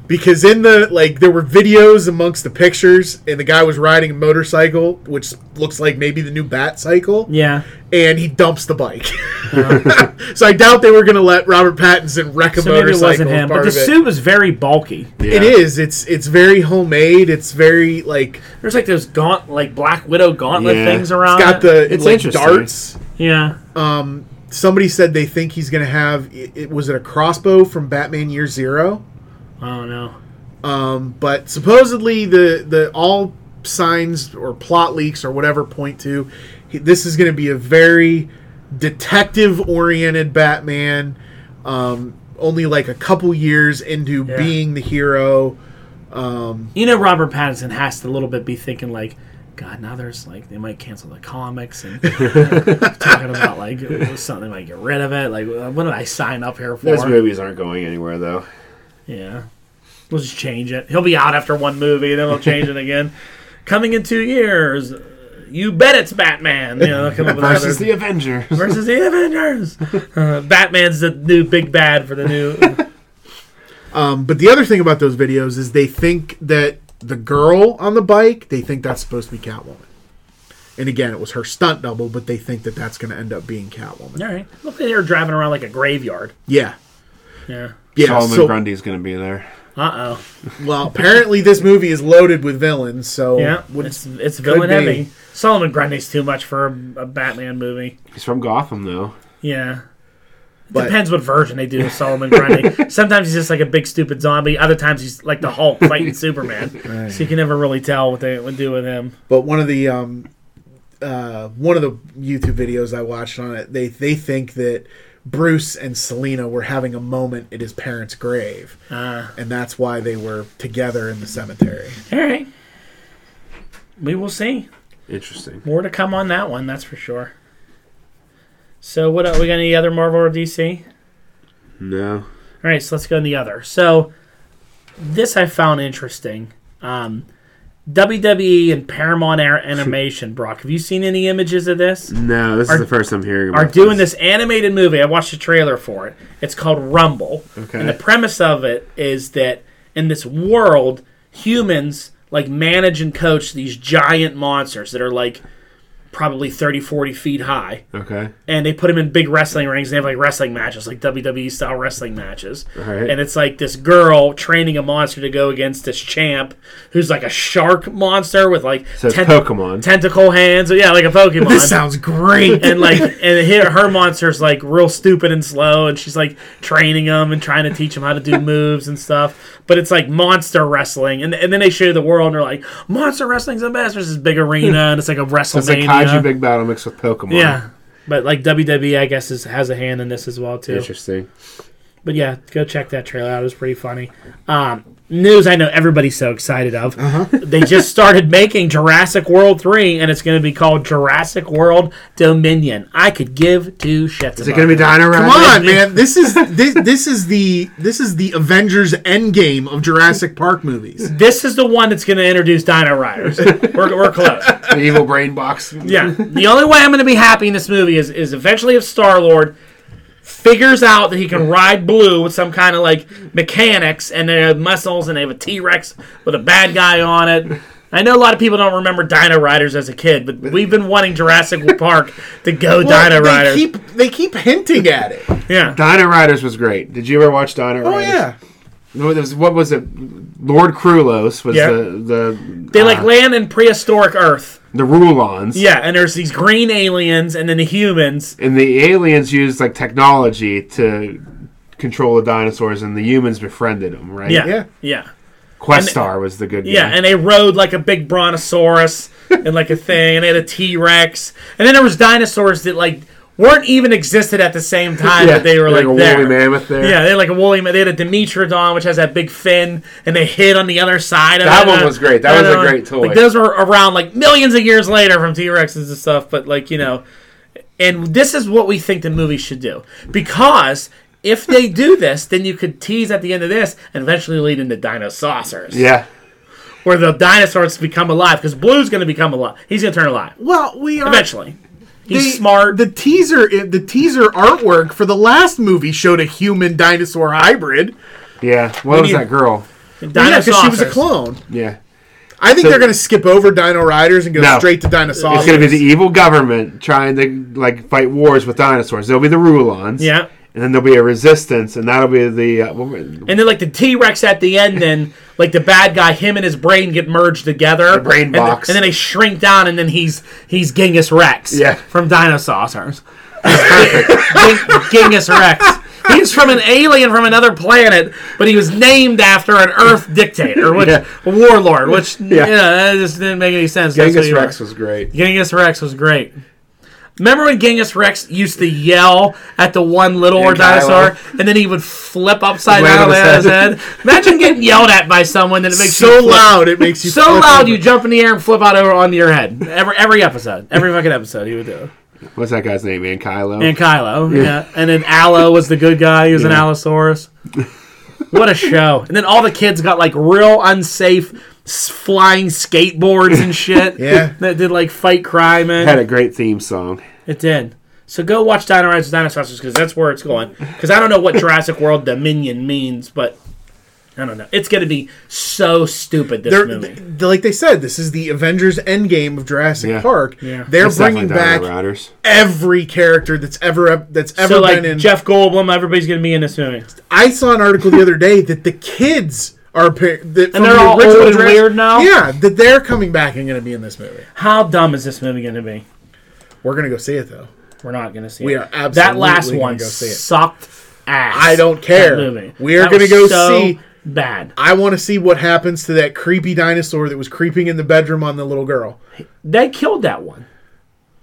C: Because in the like there were videos amongst the pictures and the guy was riding a motorcycle, which looks like maybe the new bat cycle.
A: Yeah.
C: And he dumps the bike.
B: Uh-huh.
C: so I doubt they were gonna let Robert Pattinson wreck a
A: So maybe it
C: motorcycle.
A: wasn't
C: as
A: him,
C: part
A: but the
C: of it.
A: suit was very bulky.
B: yeah.
C: It is. It's it's very homemade. It's very like
A: There's like those gaunt, like Black Widow gauntlet
B: Yeah.
A: things around.
C: It's got
A: it.
C: the
B: It's
C: like,
B: interesting.
C: darts.
A: yeah.
C: Somebody said they think he's going to have. It, it- was it a crossbow from Batman Year Zero?
A: Oh no.
C: Um, but supposedly the the all signs or plot leaks or whatever point to he, this is going to be a very detective oriented Batman. Um, only like a couple years into
A: Yeah.
C: being the hero.
A: you know Robert Pattinson has to a little bit be thinking like, God, now there's like they might cancel the comics and talking about like something they might get rid of it. Like, what did I sign up here for?
B: Those movies aren't going anywhere, though.
A: Yeah, we'll just change it. He'll be out after one movie, then we'll change it again. Coming in two years, uh, you bet it's Batman. You know, they'll come up with
B: Versus
A: another-
B: the Avengers.
A: versus the Avengers. Uh, Batman's the new big bad for the new.
C: Um, but the other thing about those videos is they think that the girl on the bike, they think that's supposed to be Catwoman. And again, it was her stunt double, but they think that that's going to end up being Catwoman.
A: All right. Look, they were driving around like a graveyard.
C: Yeah.
A: Yeah.
C: Yeah.
B: Solomon
C: so,
B: Grundy's going to be there.
A: Uh oh.
C: well, apparently this movie is loaded with villains. So
A: Yeah.
C: would-
A: it's it's villain
C: be.
A: heavy. Solomon Grundy's too much for a, a Batman movie.
B: He's from Gotham, though.
A: Yeah. It
C: But-
A: Depends what version they do of Solomon Grundy. Sometimes he's just like a big stupid zombie. Other times he's like the Hulk fighting Superman. So you can never really tell what they would do with him.
C: but one of the um, uh, one of the YouTube videos I watched on it, they they think that Bruce and Selena were having a moment at his parents' grave,
A: Uh,
C: and that's why they were together in the cemetery.
A: all right. We will see.
B: Interesting.
A: More to come on that one, that's for sure. So what we got any other Marvel or DC?
B: No.
A: All right, so let's go in the other. So this I found interesting. Um, WWE and Paramount Air Animation, Brock. Have you seen any images of this?
B: No, this
A: Are-
B: is the first I'm hearing about
A: Are doing this animated movie. I watched the trailer for it. It's called Rumble.
B: Okay.
A: And the premise of it is that in this world, humans like manage and coach these giant monsters that are like probably 30, 40 feet high
B: Okay.
A: and they put them in big wrestling rings. And they have like wrestling matches, like WWE style wrestling matches.
B: Alright.
A: And it's like this girl training a monster to go against this champ who's like a shark monster with like
B: So it's
A: ten-
B: Pokemon.
A: tentacle hands. Yeah, like a Pokemon.
C: This sounds great.
A: and like and her, her monster's like real stupid and slow and she's like training him and trying to teach him how to do moves and stuff but it's like monster wrestling and, and then they show you the world and they're like monster wrestling's the best versus big arena and it's like a wrestlemania
B: it's like Kaiju Big Battle mixed with Pokemon.
A: yeah, but like WWE, I guess is, has a hand in this as well too.
B: Interesting.
A: But yeah, go check that trailer out; it was pretty funny. Um, news I know everybody's so excited of.
B: Uh-huh.
A: they just started making Jurassic World three, and it's going to be called Jurassic World Dominion. I could give two shits.
B: Is it going to be Dino Come
C: Come on, man. This is this this is the this is the Avengers Endgame of Jurassic Park movies.
A: This is the one that's going to introduce Dino Riders. we're, we're close.
B: The evil brain box.
A: Yeah. The only way I'm going to be happy in this movie is is eventually if Star Lord figures out that he can ride blue with some kind of like mechanics and they have muscles and they have a T Rex with a bad guy on it. I know a lot of people don't remember Dino Riders as a kid, but we've been wanting Jurassic Park to go Dino
C: they
A: Riders.
C: keep they keep hinting at it.
A: yeah.
B: Dino Riders was great. Did you ever watch Dino
C: Oh
B: Riders?
C: yeah.
B: What was, what was it? Lord Krulos was
A: Yeah.
B: the the uh,
A: They like land in prehistoric Earth.
B: the Rulons.
A: Yeah, and there's these green aliens and then the humans.
B: And the aliens used like technology to control the dinosaurs, and the humans befriended them. Right.
A: Yeah.
C: Yeah.
A: Yeah. Yeah.
B: Questar was the good guy.
A: and they rode like a big brontosaurus and like a thing, and they had a T Rex, and then there was dinosaurs that like weren't even existed at the same time,
B: Yeah,
A: but they were like,
B: a
A: there.
B: woolly mammoth there.
A: Yeah, they had like a woolly. ma- They had a Dimetrodon, which has that big fin, and they hid on the other side. of
B: That
A: it.
B: one was great. That
A: I
B: was a
A: don't know.
B: great toy.
A: Like those were around like millions of years later from T Rexes and stuff. But like you know, and this is what we think the movie should do because. If they do this, then you could tease at the end of this and eventually lead into dinosaurs
B: Yeah.
A: where the dinosaurs become alive because Blue's going to become alive. He's going to turn alive
C: Well, we are
A: eventually. He's
C: the-
A: smart.
C: The teaser the teaser artwork for the last movie showed a human dinosaur hybrid.
B: Yeah. What was
A: you-
B: that girl?
C: Yeah, because she was a
A: Dinosaurs.
C: clone.
B: Yeah.
C: I think
B: So-
C: they're going to skip over Dino Riders and go
B: No.
C: straight to Dinosaurs.
B: It's going to be the evil government trying to like fight wars with dinosaurs. There'll be the Rulons.
A: Yeah.
B: And then there'll be a resistance, and that'll be the uh, what were-
A: And then, like the T Rex at the end, then like the bad guy, him and his brain get merged together. The
B: brain
A: and then-
B: box.
A: and then they shrink down, and then he's he's Genghis Rex.
B: Yeah.
A: From dinosaurs. Perfect. Genghis Rex. He's from an alien from another planet, but he was named after an Earth dictator, which
B: Yeah.
A: warlord, which
B: Yeah.
A: you know, that just didn't make any sense. That's what
B: Genghis
A: you were.
B: Rex was great.
A: Genghis Rex was great. Remember when Genghis Rex used to yell at the one little
B: And
A: dinosaur, and then he would flip upside
B: Land
A: down
B: on
A: on
B: his
A: his head? Imagine getting yelled at by someone that it makes
C: so
A: you flip.
C: loud it makes you
A: so
C: flip
A: loud
C: over.
A: you jump in the air and flip out over onto your head. Every every episode, every fucking episode, he would do. it.
B: What's that guy's name? Man, Kylo.
A: And Kylo, yeah, and then Allo was the good guy. He was an
B: Yeah.
A: Allosaurus. What a show! And then all the kids got like real unsafe s- flying skateboards and shit.
C: Yeah.
A: that did like fight crime and
B: had a great theme song.
A: it did. So go watch Dino Riders with Dinosaurs because that's where it's going. Because I don't know what Jurassic World Dominion means, but I don't know. It's going to be so stupid this
C: They're,
A: movie.
C: th- like they said, this is the Avengers Endgame of Jurassic
B: Yeah.
C: Park.
A: Yeah.
C: They're
B: It's
C: bringing
B: definitely
C: back
B: Dino Riders.
C: every character that's ever up- that's ever
A: so like
C: been in.
A: Jeff Goldblum, everybody's going to be in this movie,
C: I saw an article the other day that the kids are appa- that from
A: they're
C: the
A: all old
C: original
A: and
C: Jurassic-
A: weird now?
C: Yeah, that they're coming back and going to be in this movie.
A: How dumb is this movie going to be?
C: We're going to go see it though.
A: We're not going to see
C: We
A: it.
C: are absolutely
A: that last
C: gonna
A: one
C: go see it.
A: sucked ass.
C: I don't
A: that
C: care.
A: movie.
C: We are
A: That
C: going to
A: was
C: go
A: so
C: see.
A: bad.
C: I want to see what happens to that creepy dinosaur that was creeping in the bedroom on the little girl.
A: They killed that one.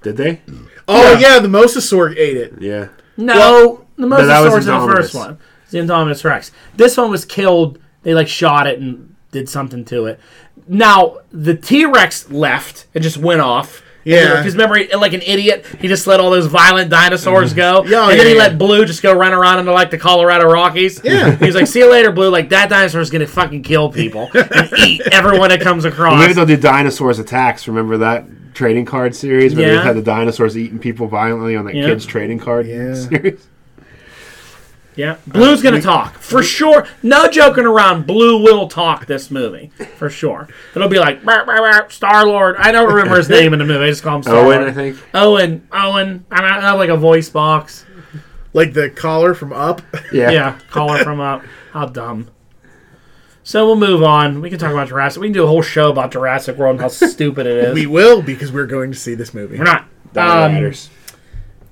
B: Did they?
C: Oh yeah, the mosasaur ate it.
B: Yeah.
A: No, the
B: that
A: mosasaur's
B: was
A: in the
B: Indominus.
A: first one. It's the Indominus Rex. This one was killed. They like shot it and did something to it. Now the T Rex left and just went off.
C: Yeah.
A: because remember, he- like an idiot, he just let all those violent dinosaurs go,
C: Mm-hmm. Yeah, oh,
A: and then
C: yeah,
A: he
C: yeah.
A: let Blue just go run around into like the Colorado Rockies.
C: Yeah.
A: he was like, "See you later, Blue." Like that dinosaur's gonna fucking kill people and eat everyone it comes
B: Maybe
A: across.
B: they'll do dinosaurs attacks. Remember that trading card series? Maybe
A: Yeah.
B: they had the dinosaurs eating people violently on that
A: Yeah.
B: kids trading card
C: Yeah.
B: series.
A: Yeah, Blue's gonna talk for sure. No joking around. Blue will talk this movie for sure. It'll be like Star Lord. I don't remember his name in the movie. I just call him Star
B: Owen, I
A: Lord.
B: think.
A: Owen. Owen. I don't- I have like a voice box.
C: Like the collar from Up.
B: Yeah.
A: Yeah, caller from up. How dumb. So we'll move on. We can talk about Jurassic. We can do a whole show about Jurassic World and how stupid it is.
C: We will because we're going to see this movie.
A: We're not.
B: Dino
A: Um,
B: Riders.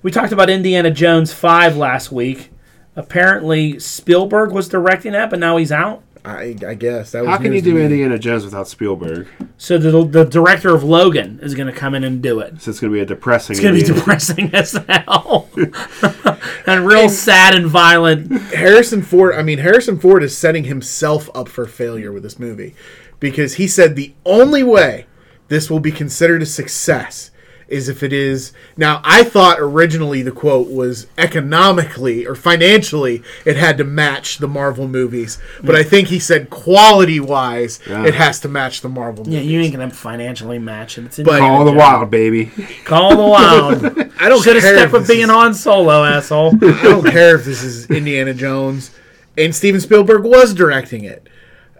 A: We talked about Indiana Jones Five last week. Apparently Spielberg was directing that, but now he's out.
C: I, I guess that was.
B: How can you
C: news to
B: do
C: me.
B: Indiana Jones without Spielberg?
A: So the, the director of Logan is going to come in and do it.
B: So it's going to be a depressing.
A: It's gonna be
B: Indiana-
A: depressing as hell, and real sad and violent.
C: Harrison Ford. I mean, Harrison Ford is setting himself up for failure with this movie because he said the only way this will be considered a success is if it is. Now, I thought originally the quote was economically or financially it had to match the Marvel movies, but I think he said quality wise it has to match the Marvel
A: Yeah,
C: movies.
A: you ain't gonna financially match it. It's in
C: But-
A: Indiana
B: Call the
A: Jones.
B: wild, baby.
A: Call the wild.
C: I don't
A: Should have
C: care
A: stuck
C: if
A: with
C: this is-
A: being on solo, asshole.
C: I don't care if this is Indiana Jones, and Steven Spielberg was directing it.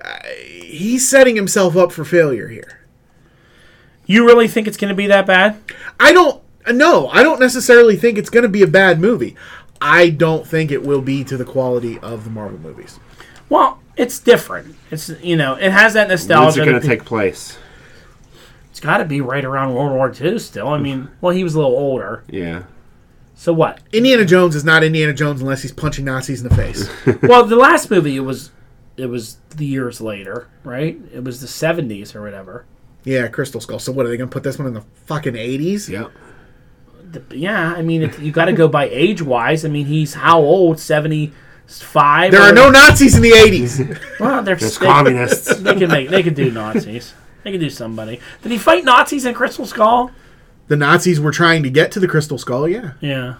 C: I- He's setting himself up for failure here.
A: You really think it's gonna be that bad?
C: I don't. No, I don't necessarily think it's going to be a bad movie. I don't think it will be to the quality of the Marvel movies.
A: Well, it's different. It's you know, it has that
B: When's
A: nostalgia.
B: it going
A: that-
B: to take place?
A: it's got to be right around World War II still. I mean, well, he was a little older.
B: Yeah.
A: So what?
C: Indiana Jones is not Indiana Jones unless he's punching Nazis in the face.
A: well, the last movie it was, it was the years later, right? It was the seventies or whatever.
C: yeah, Crystal Skull. So what are they going to put this one in the fucking eighties?
B: Yep.
A: Yeah, I mean, if you got to go by age wise, I mean, he's how old? 75?
C: There are no Nazis in the eighties.
A: Well, they're,
B: It's
A: they,
B: communists.
A: they can make they can do Nazis. They can do somebody. Did he fight Nazis in Crystal Skull?
C: the Nazis were trying to get to the Crystal Skull. Yeah,
A: Yeah.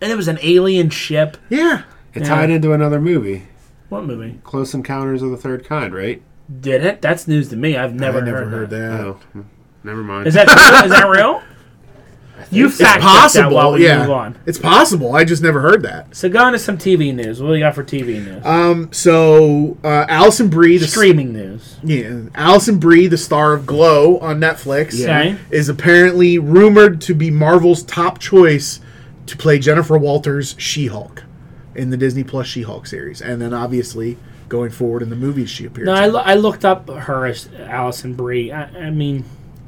A: And it was an alien ship.
C: yeah.
B: It tied into another movie,
A: What movie?
B: Close Encounters of the Third Kind, right?
A: Did it? That's news to me. I've never,
C: I never
A: heard,
C: heard
A: that.
C: that.
B: Oh, never mind.
A: Is that real? Is that real? You fact
C: It's
A: check that while
C: possible.
A: we
C: Yeah,
A: move on.
C: it's possible. I just never heard that.
A: So go on to some TV news. What do you got for TV news?
C: Um. So uh, Allison Brie, the
A: Streaming news.
C: Yeah, Allison Brie, the star of Glow on Netflix,
A: Okay.
C: is apparently rumored to be Marvel's top choice to play Jennifer Walters' She-Hulk in the Disney Plus She-Hulk series, and then obviously going forward in the movies she appears.
A: No,
C: in.
A: I, lo- I looked up her as Allison Brie. I, I mean,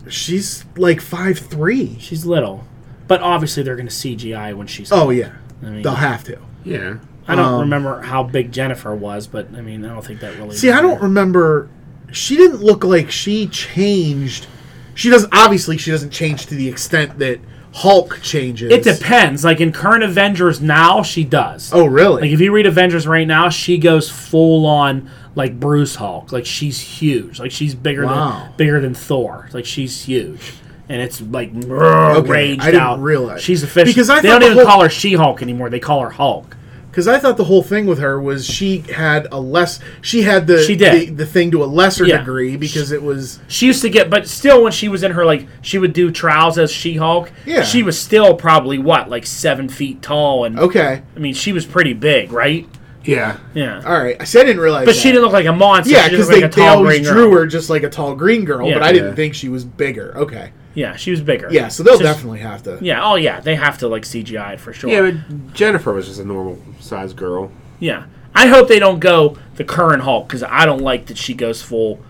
C: She's like five three.
A: She's little, but obviously they're going to CGI when she's.
C: Oh yeah,
A: mean-
C: they'll have to.
B: yeah.
A: I don't
C: um,
A: remember how big Jennifer was, but I mean, I don't think that really.
C: See, I don't remember. She didn't look like she changed. She doesn't. Obviously, she doesn't change to the extent that Hulk changes.
A: It depends. Like in current Avengers now, she does.
C: Oh really?
A: Like if you read Avengers right now, she goes full on like Bruce Hulk. Like she's huge. Like she's bigger
C: Wow.
A: than bigger than Thor. Like she's huge. And it's like raged
C: I didn't
A: out.
C: realize.
A: she's official
C: Because I
A: they don't
C: thought the
A: even
C: whole-
A: call her She Hulk anymore. They call her Hulk.
C: Because I thought the whole thing with her was she had a less, she had the
A: She did.
C: the, the thing to a lesser
A: Yeah.
C: degree because it was
A: She used to get, but still, when she was in her like, she would do trials as She Hulk.
C: Yeah.
A: She was still probably what, like seven feet tall, and
C: okay.
A: I mean, she was pretty big, right?
B: Yeah.
A: Yeah.
C: All right, I said I didn't realize.
A: But she
C: that.
A: didn't look like a monster.
C: Yeah,
A: she
C: because
A: just
C: they,
A: looked like a
C: they
A: tall
C: always
A: green
C: drew
A: girl.
C: her just like a tall green girl,
A: Yeah.
C: but I didn't
B: Yeah.
C: think she was bigger. Okay,
A: Yeah, she was bigger.
C: yeah, so they'll
A: It's just-
C: definitely have to.
A: Yeah. Oh yeah, they have to like CGI it for sure.
B: Yeah, but Jennifer was just a normal size girl.
A: Yeah. I hope they don't go the current Hulk because I don't like that she goes full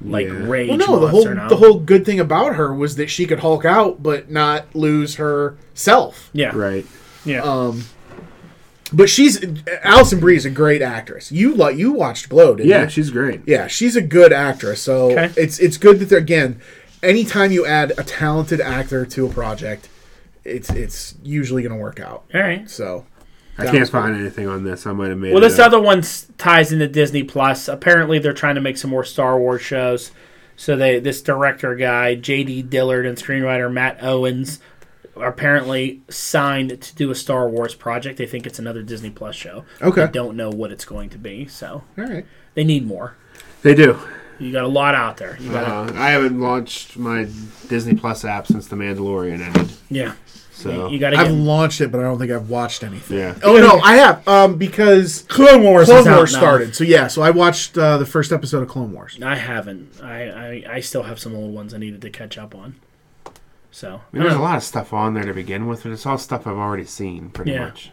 A: like
B: Yeah.
A: rage.
C: Well, no, the whole
A: monster now.
C: the whole good thing about her was that she could Hulk out but not lose herself.
A: yeah,
B: Right.
A: yeah,
C: Um, But she's Alison Brie is a great actress. You like you watched Blow, didn't
B: Yeah,
C: you?
B: she's great.
C: Yeah, she's a good actress. So
A: Okay.
C: it's it's good that they're again, anytime you add a talented actor to a project, it's it's usually going to work out.
A: all right.
C: So
B: I can't find anything on this. I might have made
A: Well,
B: it
A: this
B: up.
A: other one s- ties into Disney Plus. Apparently, they're trying to make some more Star Wars shows. So they this director guy J.D. Dillard and screenwriter Matt Owens are apparently signed to do a Star Wars project. They think it's another Disney Plus show.
C: Okay.
A: they don't know what it's going to be. So
C: all right.
A: they need more.
B: They do.
A: You got a lot out there. You got
B: Uh, I haven't launched my Disney Plus app since The Mandalorian ended.
A: yeah.
B: So
A: You got to
C: I've
A: get
C: launched it, but I don't think I've watched anything.
B: yeah.
C: Oh no, I have um because
A: Clone Wars.
C: Clone Wars started. So yeah, so I watched uh, the first episode of Clone Wars.
A: I haven't. I, I I still have some old ones I needed to catch up on. So
B: I mean, there's a lot of stuff on there to begin with, but it's all stuff I've already seen, pretty
A: Yeah.
B: much.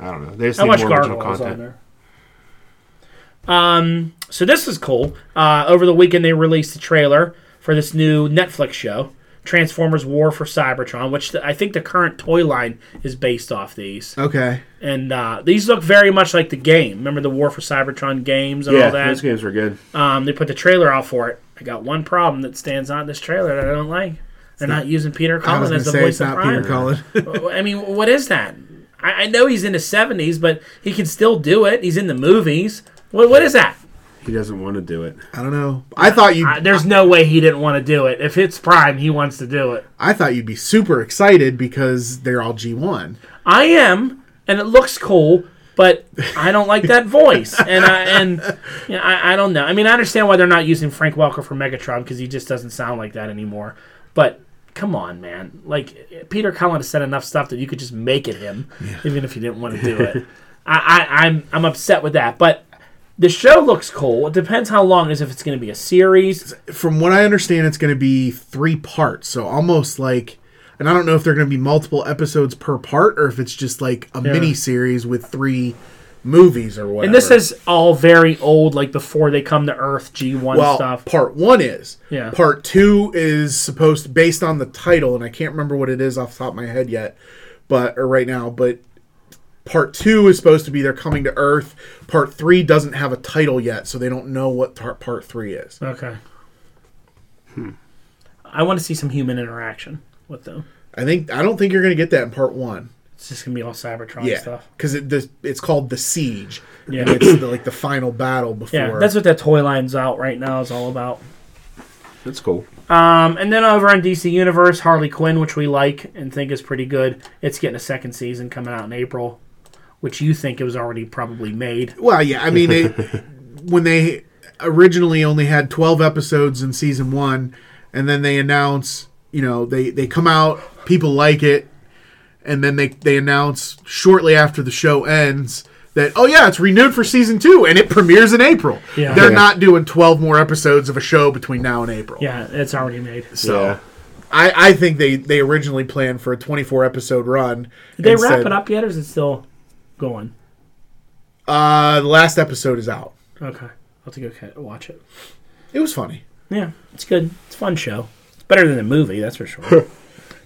B: I don't know. They just
A: I
B: need
A: watched
B: more original
A: Gargoyles on
B: content.
A: there. Um, so this is cool. Uh, over the weekend, they released a trailer for this new Netflix show, Transformers War for Cybertron, which the, I think the current toy line is based off these.
C: Okay.
A: And uh, these look very much like the game. Remember the War for Cybertron games and
B: Yeah,
A: all that?
B: those games were good.
A: Um, they put the trailer out for it. I got one problem that stands out in this trailer that I don't like. They're not, using Peter
C: I was
A: Cullen
C: going
A: as
C: to
A: the
C: say it's
A: voice of
C: not Peter
A: Prime.
C: Cullen.
A: I mean, what is that? I, I know he's in his seventies, but he can still do it. He's in the movies. What, what is that?
B: He doesn't want to do it.
C: I don't know. I thought you.
A: I, Uh, there's no way he didn't want to do it. If it's Prime, he wants to do it.
C: I thought you'd be super excited because they're all G one.
A: I am, and it looks cool, but I don't like that voice, and I and you know, I, I don't know. I mean, I understand why they're not using Frank Welker for Megatron because he just doesn't sound like that anymore. But come on, man! Like Peter Cullen has said enough stuff that you could just make it him, even if you didn't want to do it. I, I, I'm I'm upset with that, but. The show looks cool. It depends how long is if it's going to be a series.
C: From what I understand, it's going to be three parts, so almost like. And I don't know if they're going to be multiple episodes per part or if it's just like a mini series with three movies or whatever.
A: And this is all very old, like before they come to Earth G one
C: well,
A: stuff.
C: part one is.
A: Yeah.
C: Part two is supposed based on the title, and I can't remember what it is off the top of my head yet, but or right now, but part two is supposed to be they're coming to Earth. Part three doesn't have a title yet, so they don't know what tar- part three is.
A: Okay.
C: Hmm.
A: I want to see some human interaction with them.
C: I think I don't think you're going to get that in part one.
A: It's just gonna be all Cybertron
C: Yeah,
A: stuff.
C: because it, this- it's called the siege.
A: Yeah.
C: and it's the, like the final battle before.
A: Yeah, that's what that toy line's out right now is all about.
B: That's cool.
A: Um, and then over on DC Universe, Harley Quinn, which we like and think is pretty good, it's getting a second season coming out in April, which you think it was already probably made.
C: well, yeah. I mean, it, when they originally only had twelve episodes in season one, and then they announce, you know, they they come out, people like it, and then they they announce shortly after the show ends. That oh yeah, it's renewed for season two and it premieres in April.
A: Yeah.
C: They're
B: Yeah.
C: not doing twelve more episodes of a show between now and April.
A: Yeah, it's already made.
C: So
B: Yeah.
C: I, I think they, they originally planned for a 24 episode run.
A: Did they
C: and
A: wrap
C: said,
A: it up yet, or is it still going?
C: Uh, the last episode is out.
A: Okay, I'll have to go ca- watch it.
C: It was funny.
A: Yeah, it's good. It's a fun show. It's better than the movie, that's for sure.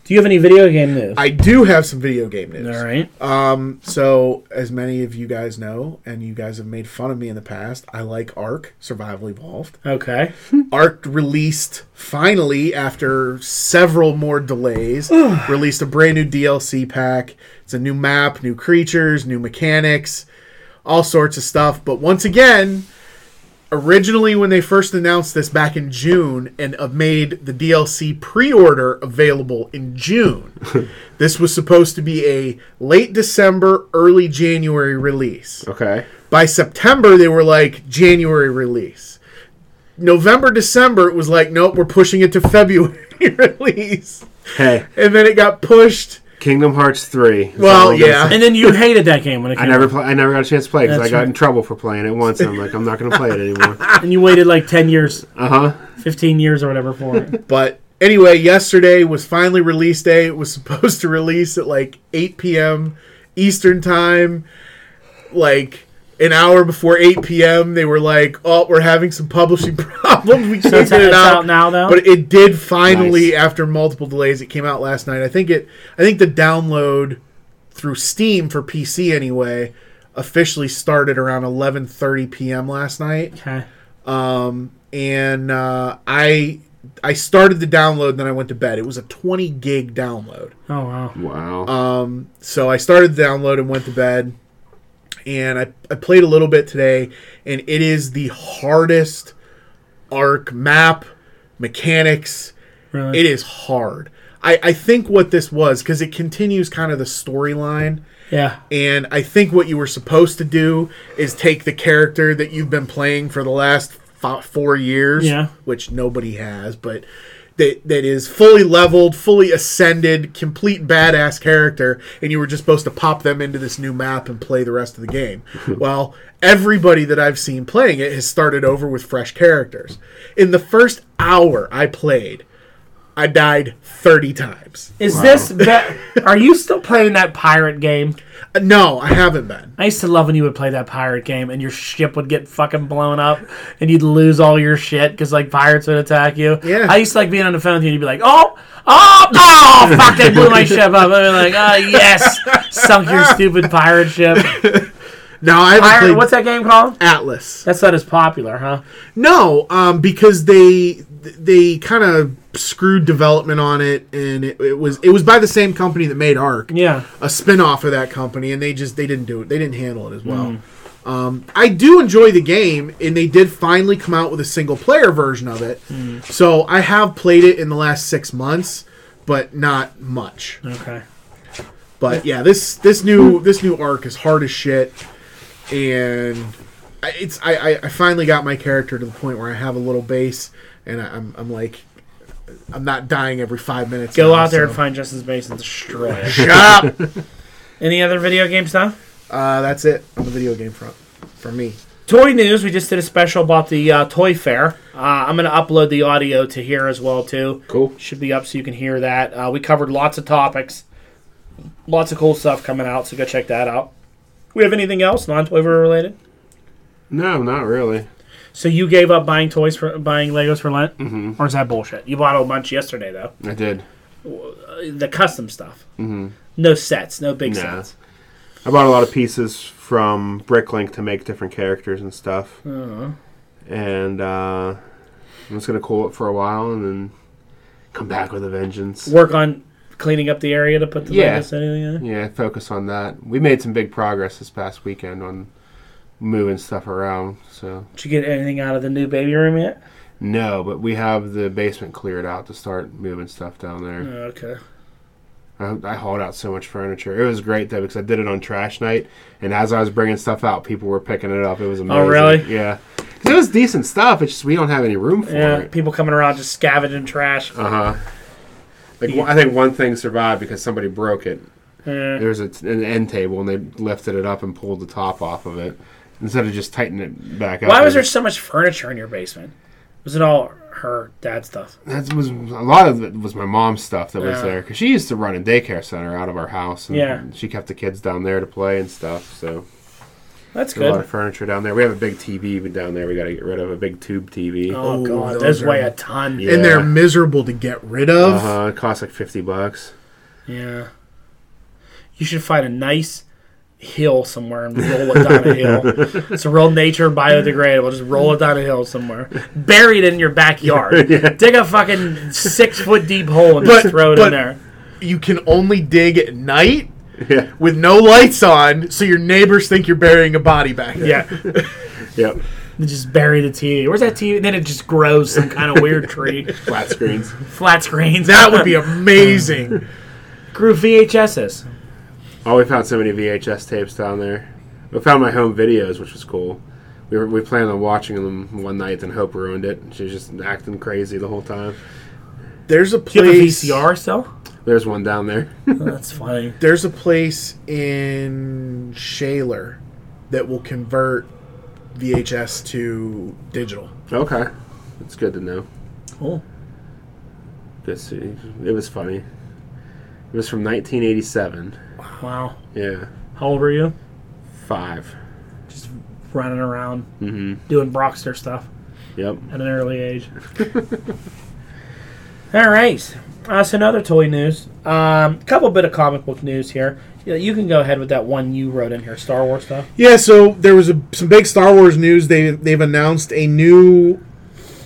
A: Do you have any video game news?
C: I do have some video game news.
A: all right.
C: So, as many of you guys know, and you guys have made fun of me in the past, I like Ark Survival Evolved.
A: Okay.
C: Ark released finally after several more delays. released a brand new DLC pack. It's a new map, new creatures, new mechanics, all sorts of stuff. But once again, originally when they first announced this back in June and have made the DLC pre-order available in June, this was supposed to be a late December, early January release
B: Okay.
C: by September they were like January release. November, December it was like nope, we're pushing it to February release.
B: Hey,
C: And then it got pushed
B: Kingdom Hearts three. is all
C: Well,
B: I'm gonna
C: yeah.
B: say.
A: And then you hated that game when it came
B: I never play, I never got a chance to play because I
A: That's
B: got
A: right.
B: in trouble for playing it once. and I'm like, I'm not going to play it anymore.
A: out. And you waited like 10 years,
B: Uh huh.
A: 15 years or whatever for it.
C: But anyway, yesterday was finally release day. It was supposed to release at like 8 p.m. Eastern time. Like an hour before 8 p.m., they were like, "Oh, we're having some publishing problems. We
A: So
C: can't
A: it's,
C: get it
A: it's
C: out."
A: out now, though?
C: But it did finally, after multiple delays, it came out last night. I think it. I think the download through Steam for PC anyway officially started around 11:30 p.m. last night
A: okay.
C: and uh, I I started the download, then I went to bed. It was a 20 gig download,
A: Oh, wow.
B: Wow.
C: so I started the download and went to bed. And I, I played a little bit today, and it is the hardest arc map mechanics.
A: Really?
C: It is hard. I, I think what this was because it continues kind of the storyline.
A: yeah.
C: And I think what you were supposed to do is take the character that you've been playing for the last fo- four years,
A: Yeah.
C: which nobody has, but that that is fully leveled, fully ascended, complete badass character, and you were just supposed to pop them into this new map and play the rest of the game. well, everybody that I've seen playing it has started over with fresh characters. In the first hour I played, I died 30 times.
A: Is this. Be- are you still playing that pirate game?
C: Uh, No, I haven't been.
A: I used to love when you would play that pirate game and your ship would get fucking blown up and you'd lose all your shit because like pirates would attack you.
C: Yeah.
A: I used to like being on the phone with you and you'd be like, oh, oh, oh, fuck, they blew my ship up. I'd be like, oh, yes, sunk your stupid pirate ship.
C: No, I haven't
A: Pirate,
C: played
A: what's that game called?
C: Atlas.
A: That's not as popular, huh?
C: No, um, because they they kind of screwed development on it, and it, it was it was by the same company that made Arc,
A: Yeah.
C: a spin-off of that company, and they just they didn't do it. They didn't handle it as well. Um, I do enjoy the game, and they did finally come out with a single-player version of it. So I have played it in the last six months, but not much.
A: Okay.
C: But yeah, this this new this new arc is hard as shit, and I, it's I, I I finally got my character to the point where I have a little base, and I, I'm I'm like, I'm not dying every five minutes.
A: Go
C: now,
A: out there and
C: so-
A: find Justin's base and destroy it.
C: Shut up.
A: Any other video game stuff?
C: uh, that's it on the video game front for me.
A: Toy news. We just did a special about the uh, toy fair. Uh, I'm going to upload the audio to here as well too.
B: Cool.
A: Should be up so you can hear that. Uh, we covered lots of topics, lots of cool stuff coming out. So go check that out. We have anything else non-toy fair related?
B: No, not really.
A: So you gave up buying toys for buying Legos for Lent, mm-hmm. or is that bullshit? You bought a bunch yesterday though. Uh,
B: I did.
A: The custom stuff. Mm-hmm. No sets. No big
B: Nah.
A: sets.
B: I bought a lot of pieces from Bricklink to make different characters and stuff.
A: Uh-huh.
B: And uh, I'm just gonna cool it for a while and then come back with a vengeance.
A: Work on cleaning up the area to put the
B: Yeah.
A: Legos in. Yeah.
B: Yeah, focus on that. We made some big progress this past weekend on moving stuff around. So
A: Did you get anything out of the new baby room yet?
B: no, but we have the basement cleared out to start moving stuff down there.
A: Okay.
B: I, I hauled out so much furniture. It was great though because I did it on trash night, and as I was bringing stuff out, people were picking it up. It was amazing.
A: Oh, really?
B: Yeah, 'Cause it was decent stuff. It's just we don't have any room for
A: Yeah,
B: it.
A: people coming around just scavenging trash.
B: Uh huh. Like one- I think one thing survived because somebody broke it.
A: Yeah.
B: There was a, an end table, and they lifted it up and pulled the top off of it instead of just tightening it back up.
A: Why was there so much furniture in your basement? Was it all her dad's stuff?
B: That was a lot of it was my mom's stuff that was
A: Yeah.
B: there because she used to run a daycare center out of our house. And
A: Yeah.
B: she kept the kids down there to play and stuff. So.
A: That's
B: There's a lot
A: good.
B: of furniture down there. We have a big TV down there. We got to get rid of a big tube TV.
A: Oh
C: Ooh,
A: god,
C: those
A: those
C: are-
A: weigh a ton.
B: Yeah.
A: Yeah.
C: And they're miserable to get rid of.
B: Uh-huh, it costs like fifty bucks.
A: You should find a nice hill somewhere and roll it down a hill. It's a real nature biodegradable. Just roll it down a hill somewhere. Bury it in your backyard. Dig a fucking six foot deep hole and
C: But-
A: just throw it in
C: but-
A: there.
C: You can only dig at night
B: Yeah.
C: with no lights on, so your neighbors think you're burying a body back there.
A: Yeah.
B: Yep.
A: And just bury the TV. Where's that TV? then it just grows some kind of weird tree.
B: Flat screens.
A: Flat screens.
C: That would be amazing.
A: Grew VHSs.
B: oh, we found so many VHS tapes down there. We found my home videos, which was cool. We were we planned on watching them one night, then Hope ruined it. She was just acting crazy the whole time.
C: There's a
A: Do you have a
C: place.
A: VCR still?
B: There's one down there.
A: Oh, That's funny.
C: There's a place in Shaler that will convert VHS to digital.
B: okay, it's good to know.
A: Cool.
B: Good see. It was funny. It was from 1987.
A: Wow.
B: Yeah,
A: How old were you?
B: five.
A: Just running around
B: Mm-hmm.
A: doing Brockster stuff
B: Yep.
A: at an early age. All right. Uh, so another toy news. A um, couple bit of comic book news here. Yeah, you can go ahead with that one you wrote in here, Star Wars stuff.
C: Yeah, so there was a, some big Star Wars news. They they've announced a new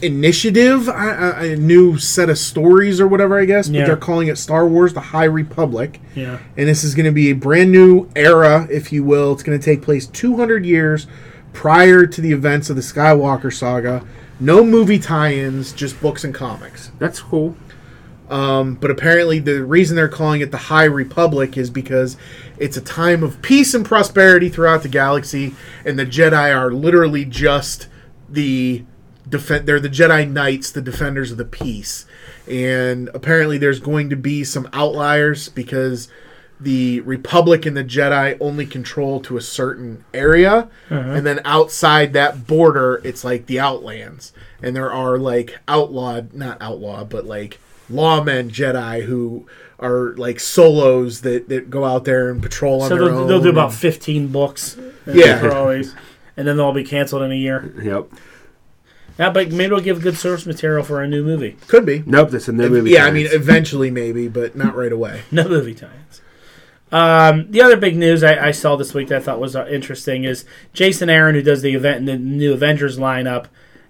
C: initiative, a, a- a new set of stories or whatever I guess, but
A: Yeah.
C: they're calling it Star Wars: The High Republic.
A: Yeah.
C: and this is going to be a brand new era, if you will. It's going to take place 200 years prior to the events of the Skywalker saga. No movie tie-ins, just books and comics.
B: That's cool.
C: Um, But apparently, the reason they're calling it the High Republic is because it's a time of peace and prosperity throughout the galaxy, and the Jedi are literally just the defend. They're the Jedi Knights, the defenders of the peace. And apparently, there's going to be some outliers because the Republic and the Jedi only control to a certain area,
A: Uh-huh.
C: and then outside that border, it's like the Outlands, and there are like outlawed, not outlaw, but like lawmen Jedi who are like solos that, that go out there and patrol on
A: So
C: their
A: they'll,
C: own.
A: they'll do about 15 books.
C: Yeah.
A: For always. And then they'll all be canceled in a year.
B: Yep.
A: Yeah, but maybe it'll give good source material for a new movie.
C: could be.
B: Nope. That's a new movie.
C: yeah, I mean,
B: times.
C: eventually maybe, but not right away.
A: No movie tie-ins. Um, the other big news I, I saw this week that I thought was uh, interesting is Jason Aaron, who does the event in the new Avengers lineup,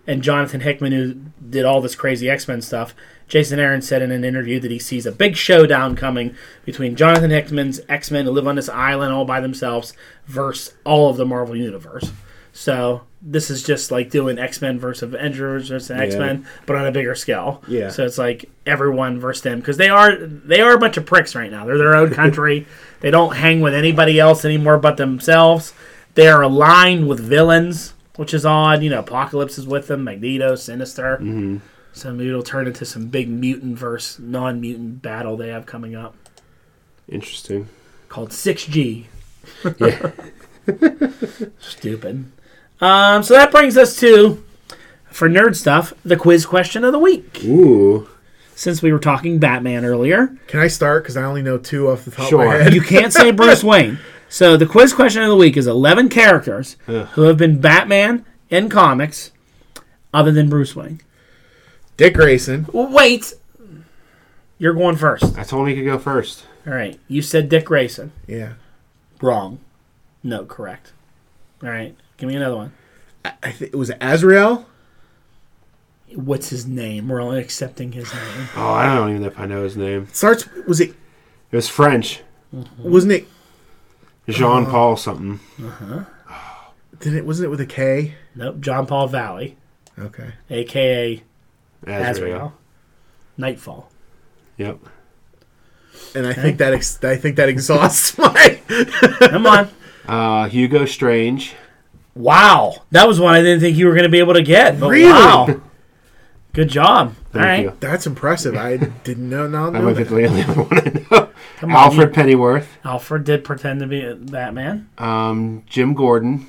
A: and Jonathan Hickman, who did all this crazy X Men stuff. Jason Aaron said in an interview that he sees a big showdown coming between Jonathan Hickman's X Men who live on this island all by themselves versus all of the Marvel universe. So this is just like doing X Men versus Avengers versus X Men, but on a bigger scale.
C: Yeah.
A: So it's like everyone versus them because they are they are a bunch of pricks right now. They're their own country. they don't hang with anybody else anymore but themselves. They are aligned with villains, which is odd. You know, Apocalypse is with them, Magneto, Sinister. Mm-hmm. So maybe it'll turn into some big mutant versus non mutant battle they have coming up
B: interesting.
A: called Six G.
B: Yeah.
A: Stupid. Um, so that brings us to, for nerd stuff, the quiz question of the week.
B: Ooh.
A: Since we were talking Batman earlier,
C: Can I start? Because I only know two off the top of my
B: Sure.
C: head.
A: you can't say Bruce Wayne. So the quiz question of the week is 11 characters who have been Batman in comics other than Bruce Wayne.
C: Dick Grayson.
A: Well, wait. You're going first.
B: I told him he could go first.
A: All right. You said Dick Grayson.
C: Yeah.
A: Wrong. No, correct. All right. Give me another one.
C: I th- was it Azrael?
A: What's his name? We're only accepting his name.
B: Oh, I don't even know if I know his name.
C: Starts. Was it?
B: It was French.
C: Wasn't it?
B: Jean Paul something.
C: Did it? Wasn't it with a K?
A: Nope. John Paul Valley,
C: Okay.
A: a.k.a.
B: Azrael.
A: Azrael. Nightfall.
B: Yep.
C: And I think that ex- I think that exhausts my.
A: Come on.
B: Uh, Hugo Strange.
A: Wow. That was one I didn't think you were going to be able to get. But
C: Really?
A: Wow. Good job.
B: Thank
A: All right.
B: you.
C: That's impressive. I didn't know. Now
B: I
C: know
B: looked at
C: that.
B: the only other one I know.
A: Come on,
B: Alfred Pennyworth.
A: Alfred did pretend to be Batman.
B: Um, Jim Gordon.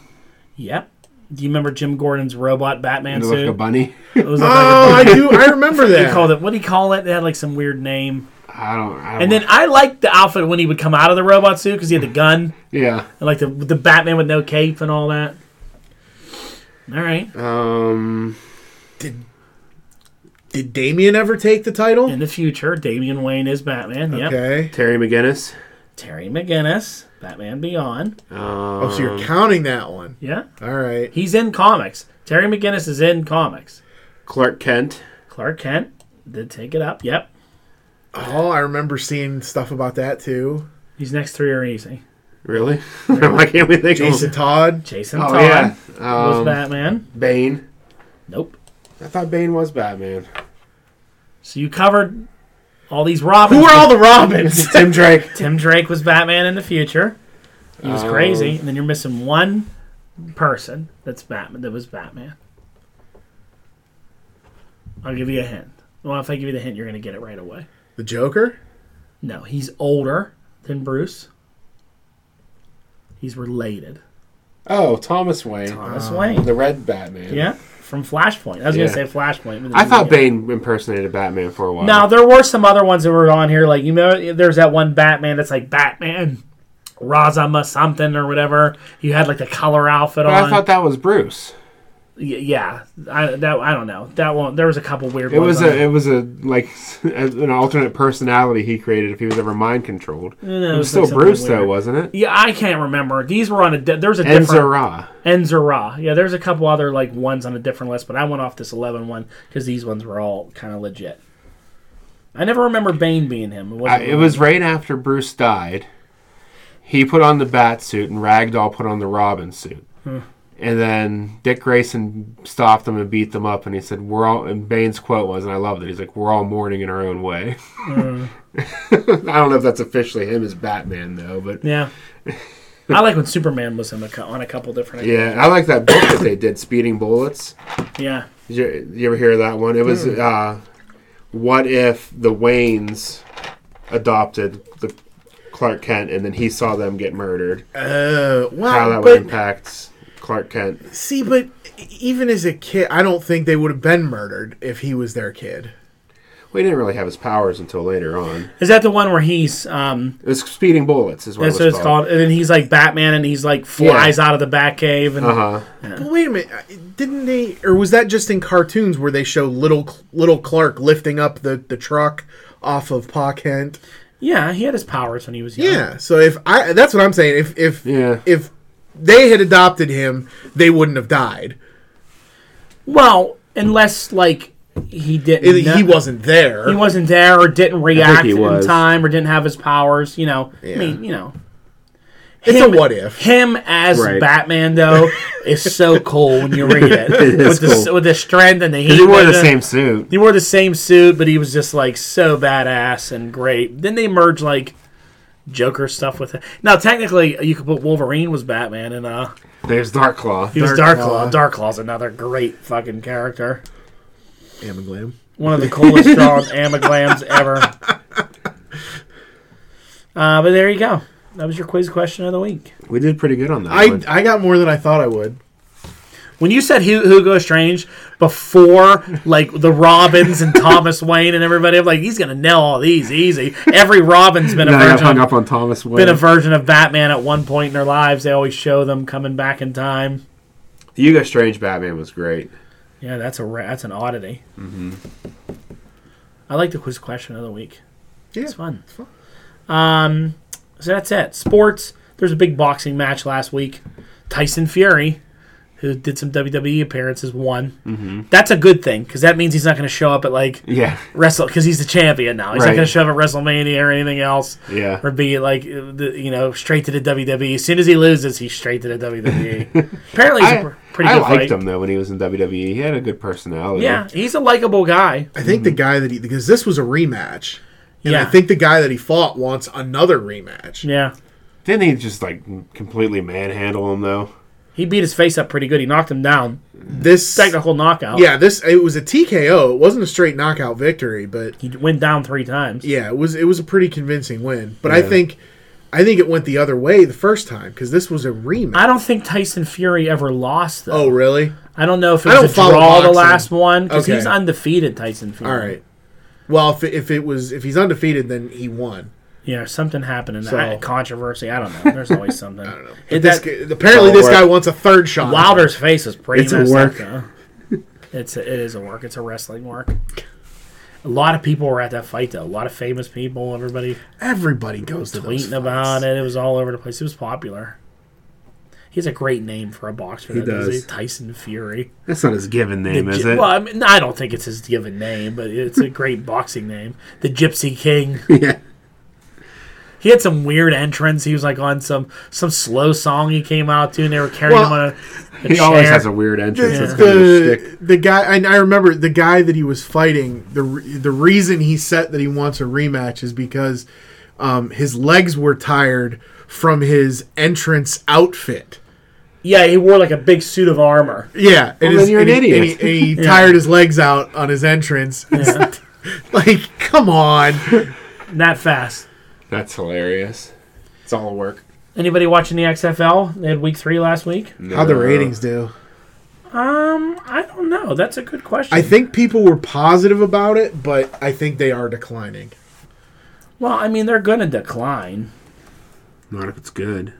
A: Yep. Do you remember Jim Gordon's robot Batman
B: He looked like a
A: suit?
B: bunny.
A: It was like
C: Oh, I do. I remember
A: a, he
C: that.
A: called it. What do you call it? They had like some weird name.
B: I don't. I don't
A: And then I liked the outfit when he would come out of the robot suit because he had the gun
B: yeah.
A: and like the the Batman with no cape and all that. All right.
B: Um,
C: Did Damien ever take the title?
A: In the future, Damian Wayne is Batman. Yep.
C: Okay.
B: Terry McGinnis.
A: Terry McGinnis, Batman Beyond.
B: Um,
C: Oh, so you're counting that one.
A: Yeah.
C: All right.
A: He's in comics. Terry McGinnis is in comics.
B: Clark Kent.
A: Clark Kent did take it up. Yep.
C: Oh, I remember seeing stuff about that too.
A: These next three are easy.
B: Really? Why can't we think
C: Jason
B: of
C: Todd.
A: Jason
B: Oh,
A: Todd
B: yeah.
A: was
B: Um,
A: Batman.
B: Bane.
A: Nope.
B: I thought Bane was Batman.
A: So you covered all these Robins.
C: Who are all the Robins?
B: Tim Drake.
A: Tim Drake was Batman in the future. He
C: Oh.
A: was crazy, and then you're missing one person that's Batman. That was Batman. I'll give you a hint. Well, if I give you the hint, you're gonna get it right away.
C: The Joker.
A: No, he's older than Bruce. He's related.
B: Oh, Thomas Wayne,
A: Thomas Wayne.
B: the Red Batman.
A: Yeah, from Flashpoint. I was
B: Uh, Yeah.
A: gonna say Flashpoint. but
B: I thought
A: yeah.
B: Bane impersonated Batman for a while.
A: Now there were some other ones that were on here, like you know, there's that one Batman that's like Batman, Razama something or whatever. You had like the color outfit
B: but
A: on.
B: I thought that was Bruce.
A: Y- yeah, I, that I don't know that one. There was a couple weird.
B: It
A: ones
B: was
A: on
B: a it was a like an alternate personality he created if he was ever mind controlled.
A: it
B: it
A: was
B: was still
A: like something
B: Bruce though,
A: weird.
B: wasn't it?
A: Yeah, I can't remember. These were on a. Di- there's a
B: Enzo
A: different
B: Ra.
A: Enzo Ra. Yeah, there's a couple other like ones on a different list, but I went off this 11 one because these ones were all kind of legit. I never remember Bane being him. It,
B: I,
A: wasn't
B: it was right after Bruce died. He put on the bat suit and Ragdoll put on the Robin suit. And then Dick Grayson stopped them and beat them up, and he said, "We're all." And Bane's quote was, and I love it. He's like, "We're all mourning in our own way." I don't know if that's officially him as Batman though, but
A: Yeah. I like when Superman was in a, cou- on a couple different.
B: yeah, I like that book that they did, "Speeding Bullets."
A: Yeah.
B: Did you, you ever hear that one? It
A: Hmm.
B: was uh, what if the Waynes adopted the Clark Kent, and then he saw them get murdered.
C: Uh,
B: how
C: well,
B: that would
C: but
B: impact Clark Kent.
C: see, but even as a kid, I don't think they would have been murdered if he was their kid.
B: We didn't really have his powers until later on.
A: Is that the one where he's um
B: It was speeding bullets, is what
A: that's
B: it
A: what
B: was
A: it's
B: called.
A: called and then he's like Batman and he's like flies out of the Batcave and
B: Uh huh.
C: But wait a minute, uh, didn't they? Or was that just in cartoons where they show little little Clark lifting up the the truck off of Pa Kent?
A: yeah, he had his powers when he was young.
C: Yeah. So if I, that's what I'm saying. If if
B: Yeah.
C: if they had adopted him, they wouldn't have died.
A: Well, unless like he didn't
C: He-
A: know-
C: He wasn't there.
A: he wasn't there or didn't react
B: he
A: in
B: was.
A: time or didn't have his powers, you know. I
C: Yeah.
A: mean, you know.
C: It's a
A: Him-
C: what if.
A: Him as
B: Right.
A: Batman though is so cool when you read it. with,
B: is
A: the,
B: cool.
A: with the strength and the heat.
B: He wore the
A: measure.
B: same suit.
A: He wore the same suit, but he was just like so badass and great. Then they merged like Joker stuff with it. Now, technically, you could put Wolverine was Batman, and uh,
B: There's Dark Claw.
A: he was
C: Dark
A: Darklaw.
C: Claw.
A: Darklaw's another great fucking character.
C: Amaglam.
A: One of the coolest drawn amaglams ever. Uh, but there you go. That was your quiz question of the week.
B: We did pretty good on that.
C: I
B: one.
C: I got more than I thought I would.
A: When you said Hu- Hugo Strange before, like the Robins and Thomas Wayne and everybody, I'm like, he's gonna nail all these easy. Every Robin's been a
B: Now I got
A: virgin.
B: hung up on Thomas Wayne.
A: been a version of Batman at one point in their lives. They always show them coming back in time.
B: the Hugo Strange Batman was great.
A: Yeah, that's a ra- that's an oddity. Mm-hmm. I like the quiz question of the week.
C: Yeah.
A: It's fun.
C: fun.
A: Um, so that's it. Sports. There's a big boxing match last week. Tyson Fury, who did some WWE appearances, won. Mm-hmm. That's a good thing because that means he's not going to show up at like
B: Yeah.
A: wrestle because he's the champion now. He's not
B: Right.
A: going to show up at WrestleMania or anything else.
B: Yeah.
A: or be like uh, the, you know straight to the WWE. As soon as he loses, he's straight to the WWE. Apparently, he's a
B: I,
A: pr- pretty
B: I
A: good
B: liked
A: fight.
B: him though when he was in WWE. He had a good personality.
A: Yeah, he's a likable guy.
C: I think
B: Mm-hmm.
C: the guy that he because this was a rematch. And
A: Yeah,
C: I think the guy that he fought wants another rematch.
A: yeah.
B: Didn't he just like completely manhandle him though?
A: He beat his face up pretty good. He knocked him down.
C: This
A: Technical knockout.
C: Yeah, this it was a TKO. It wasn't a straight knockout victory, but
A: He went down three times.
C: yeah, it was it was a pretty convincing win. But I
B: Yeah.
C: think I think it went the other way the first time because this was a rematch.
A: I don't think Tyson Fury ever lost though.
C: oh, really?
A: I don't know if it
C: I
A: was a
C: don't follow
A: draw the
C: boxing.
A: last one because
C: Okay.
A: he's undefeated. Tyson Fury.
C: All right. Well, if it, if it was if he's undefeated, then he won.
A: Yeah, something happened in
C: So-
A: that controversy. I don't know. There's always something. I don't know. It,
C: This
A: that, Oh,
C: guy- apparently, this
B: Don't
C: guy
B: work.
C: wants a third shot.
A: Wilder's face is pretty
B: It's a
A: messed up
B: work.
A: though. It's a, it is a work. It's a wrestling work. A lot of people were at that fight though. A lot of famous people. Everybody
C: Everybody goes to those
A: tweeting about
C: fights.
A: it. It was all over the place. It was popular. He's a great name for a boxer. He
B: does.
A: Tyson Fury.
B: That's not his given name, is
A: Gy-
B: it?
A: Well, I mean, I don't think it's his given name, but it's a great boxing name. The Gypsy King.
B: yeah.
A: He had some weird entrance. He was like on some some slow song he came out to, and they were carrying
C: Well,
A: him on a, a
B: He always
A: chair.
B: has a weird entrance. That's kind of his shtick.
C: the, the guy and I remember the guy that he was fighting the re- the reason he said that he wants a rematch is because um, his legs were tired from his entrance outfit.
A: yeah. He wore like a big suit of armor.
C: Yeah, and
B: then
C: his-
B: you're
C: and
B: an
C: he- and
B: idiot.
C: he, and he tired his legs out on his entrance. like, come on.
A: that fast.
B: That's hilarious. It's all work.
A: Anybody watching the XFL? They had week three last week.
C: How the
B: No.
C: ratings do?
A: Um, I don't know. That's a good question.
C: I think people were positive about it, but I think they are declining.
A: Well, I mean, they're gonna decline.
B: Not if it's good.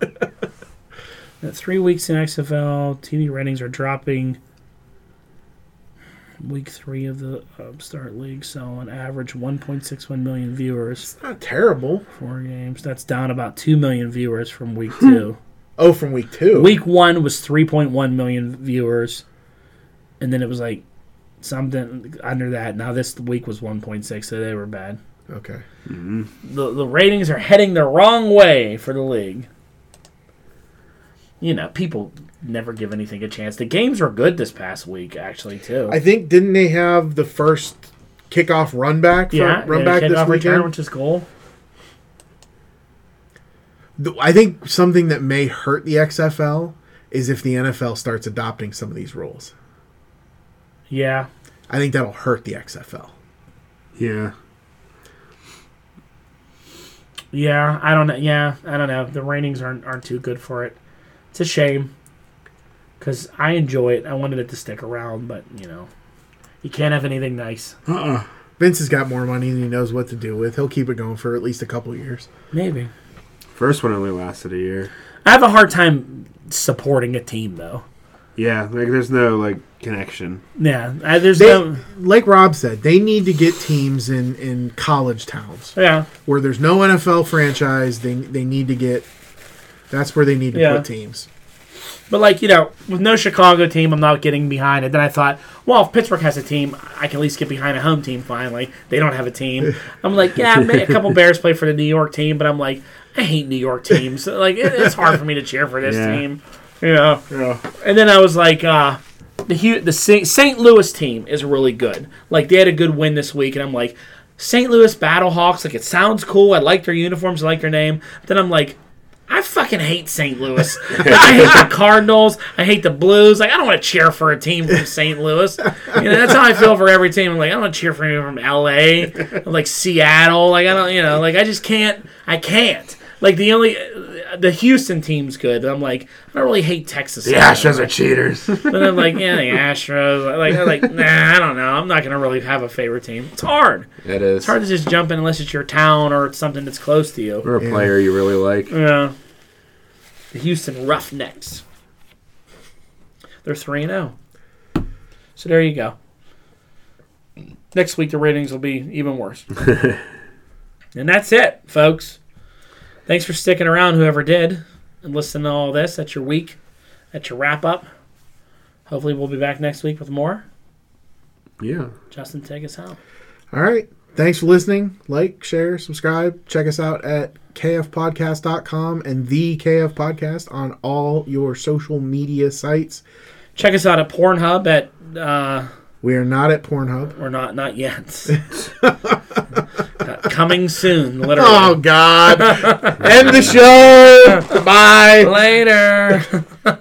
A: At three weeks in XFL, TV ratings are dropping. Week three of the Upstart League, so on average, 1.61 million viewers
C: Not terrible.
A: four games. That's down about two million viewers from week two.
C: Oh, from week two.
A: week one was 3.1 million viewers, and then it was like something under that. Now this week was 1.6, so they were bad.
C: Okay.
A: the the ratings are heading the wrong way for the league. You know, people never give anything a chance. The games were good this past week, actually, too.
C: I think didn't they have the first kickoff run back? For, run back
A: kickoff
C: this
A: return,
C: weekend.
A: which is cool.
C: Th- I think something that may hurt the XFL is if the NFL starts adopting some of these rules.
A: Yeah,
C: I think that'll hurt the XFL.
B: Yeah.
A: yeah. I don't know. Yeah, I don't know. The ratings aren't aren't too good for it. It's a shame because I enjoy it. I wanted it to stick around, but you know, you can't have anything nice.
B: Uh-uh.
C: Vince has got more money than he knows what to do with. He'll keep it going for at least a couple years.
A: Maybe
B: First one only lasted a year.
A: I have a hard time supporting a team though.
B: Yeah, like there's no like connection.
A: Yeah, I, there's
C: They,
A: no.
C: like Rob said, they need to get teams in, in college towns
A: Yeah.
C: where there's no NFL franchise. They they need to get. That's where they need to
A: Yeah.
C: put teams.
A: But like you know, with no Chicago team, I'm not getting behind it. Then I thought, well, if Pittsburgh has a team, I can at least get behind a home team. Finally, they don't have a team. I'm like, yeah, I made a couple Bears play for the New York team, but I'm like, I hate New York teams. Like it, it's hard for me to cheer for this
B: Yeah.
A: team. You know.
B: Yeah.
A: And then I was like, uh, the Hu- the St. St. Louis team is really good. Like they had a good win this week, and I'm like, St. Louis Battlehawks. Like it sounds cool. I like their uniforms. I like their name. Then I'm like. I fucking hate St. Louis. I hate the Cardinals. I hate the Blues. Like I don't want to cheer for a team from St. Louis. You know, that's how I feel for every team. I'm like I don't want to cheer for anyone from L.A. like Seattle. Like I don't, you know, like I just can't. I can't. Like the only, the Houston team's good. I'm like I don't really hate Texas.
B: The Astros are cheaters.
A: But I'm like, yeah, the Astros. Like, I'm like, nah, I don't know. I'm not gonna really have a favorite team. It's hard. It's
B: it is.
A: hard to just jump in unless it's your town or it's something that's close to you.
B: Or a player you really like.
A: Yeah. The Houston Roughnecks. They're three and zero. So there you go. Next week the ratings will be even worse. and that's it, folks. Thanks for sticking around, whoever did, and listening to all this. That's your week. That's your wrap up. Hopefully we'll be back next week with more.
B: Yeah.
A: Justin, take us out.
C: All right. Thanks for listening. Like, share, subscribe. Check us out at kfpodcast.com and the KF Podcast on all your social media sites.
A: Check us out at Pornhub at uh,
C: We are not at Pornhub.
A: or not not yet. Coming soon, literally.
C: Oh, God. End the show. Bye.
A: Later.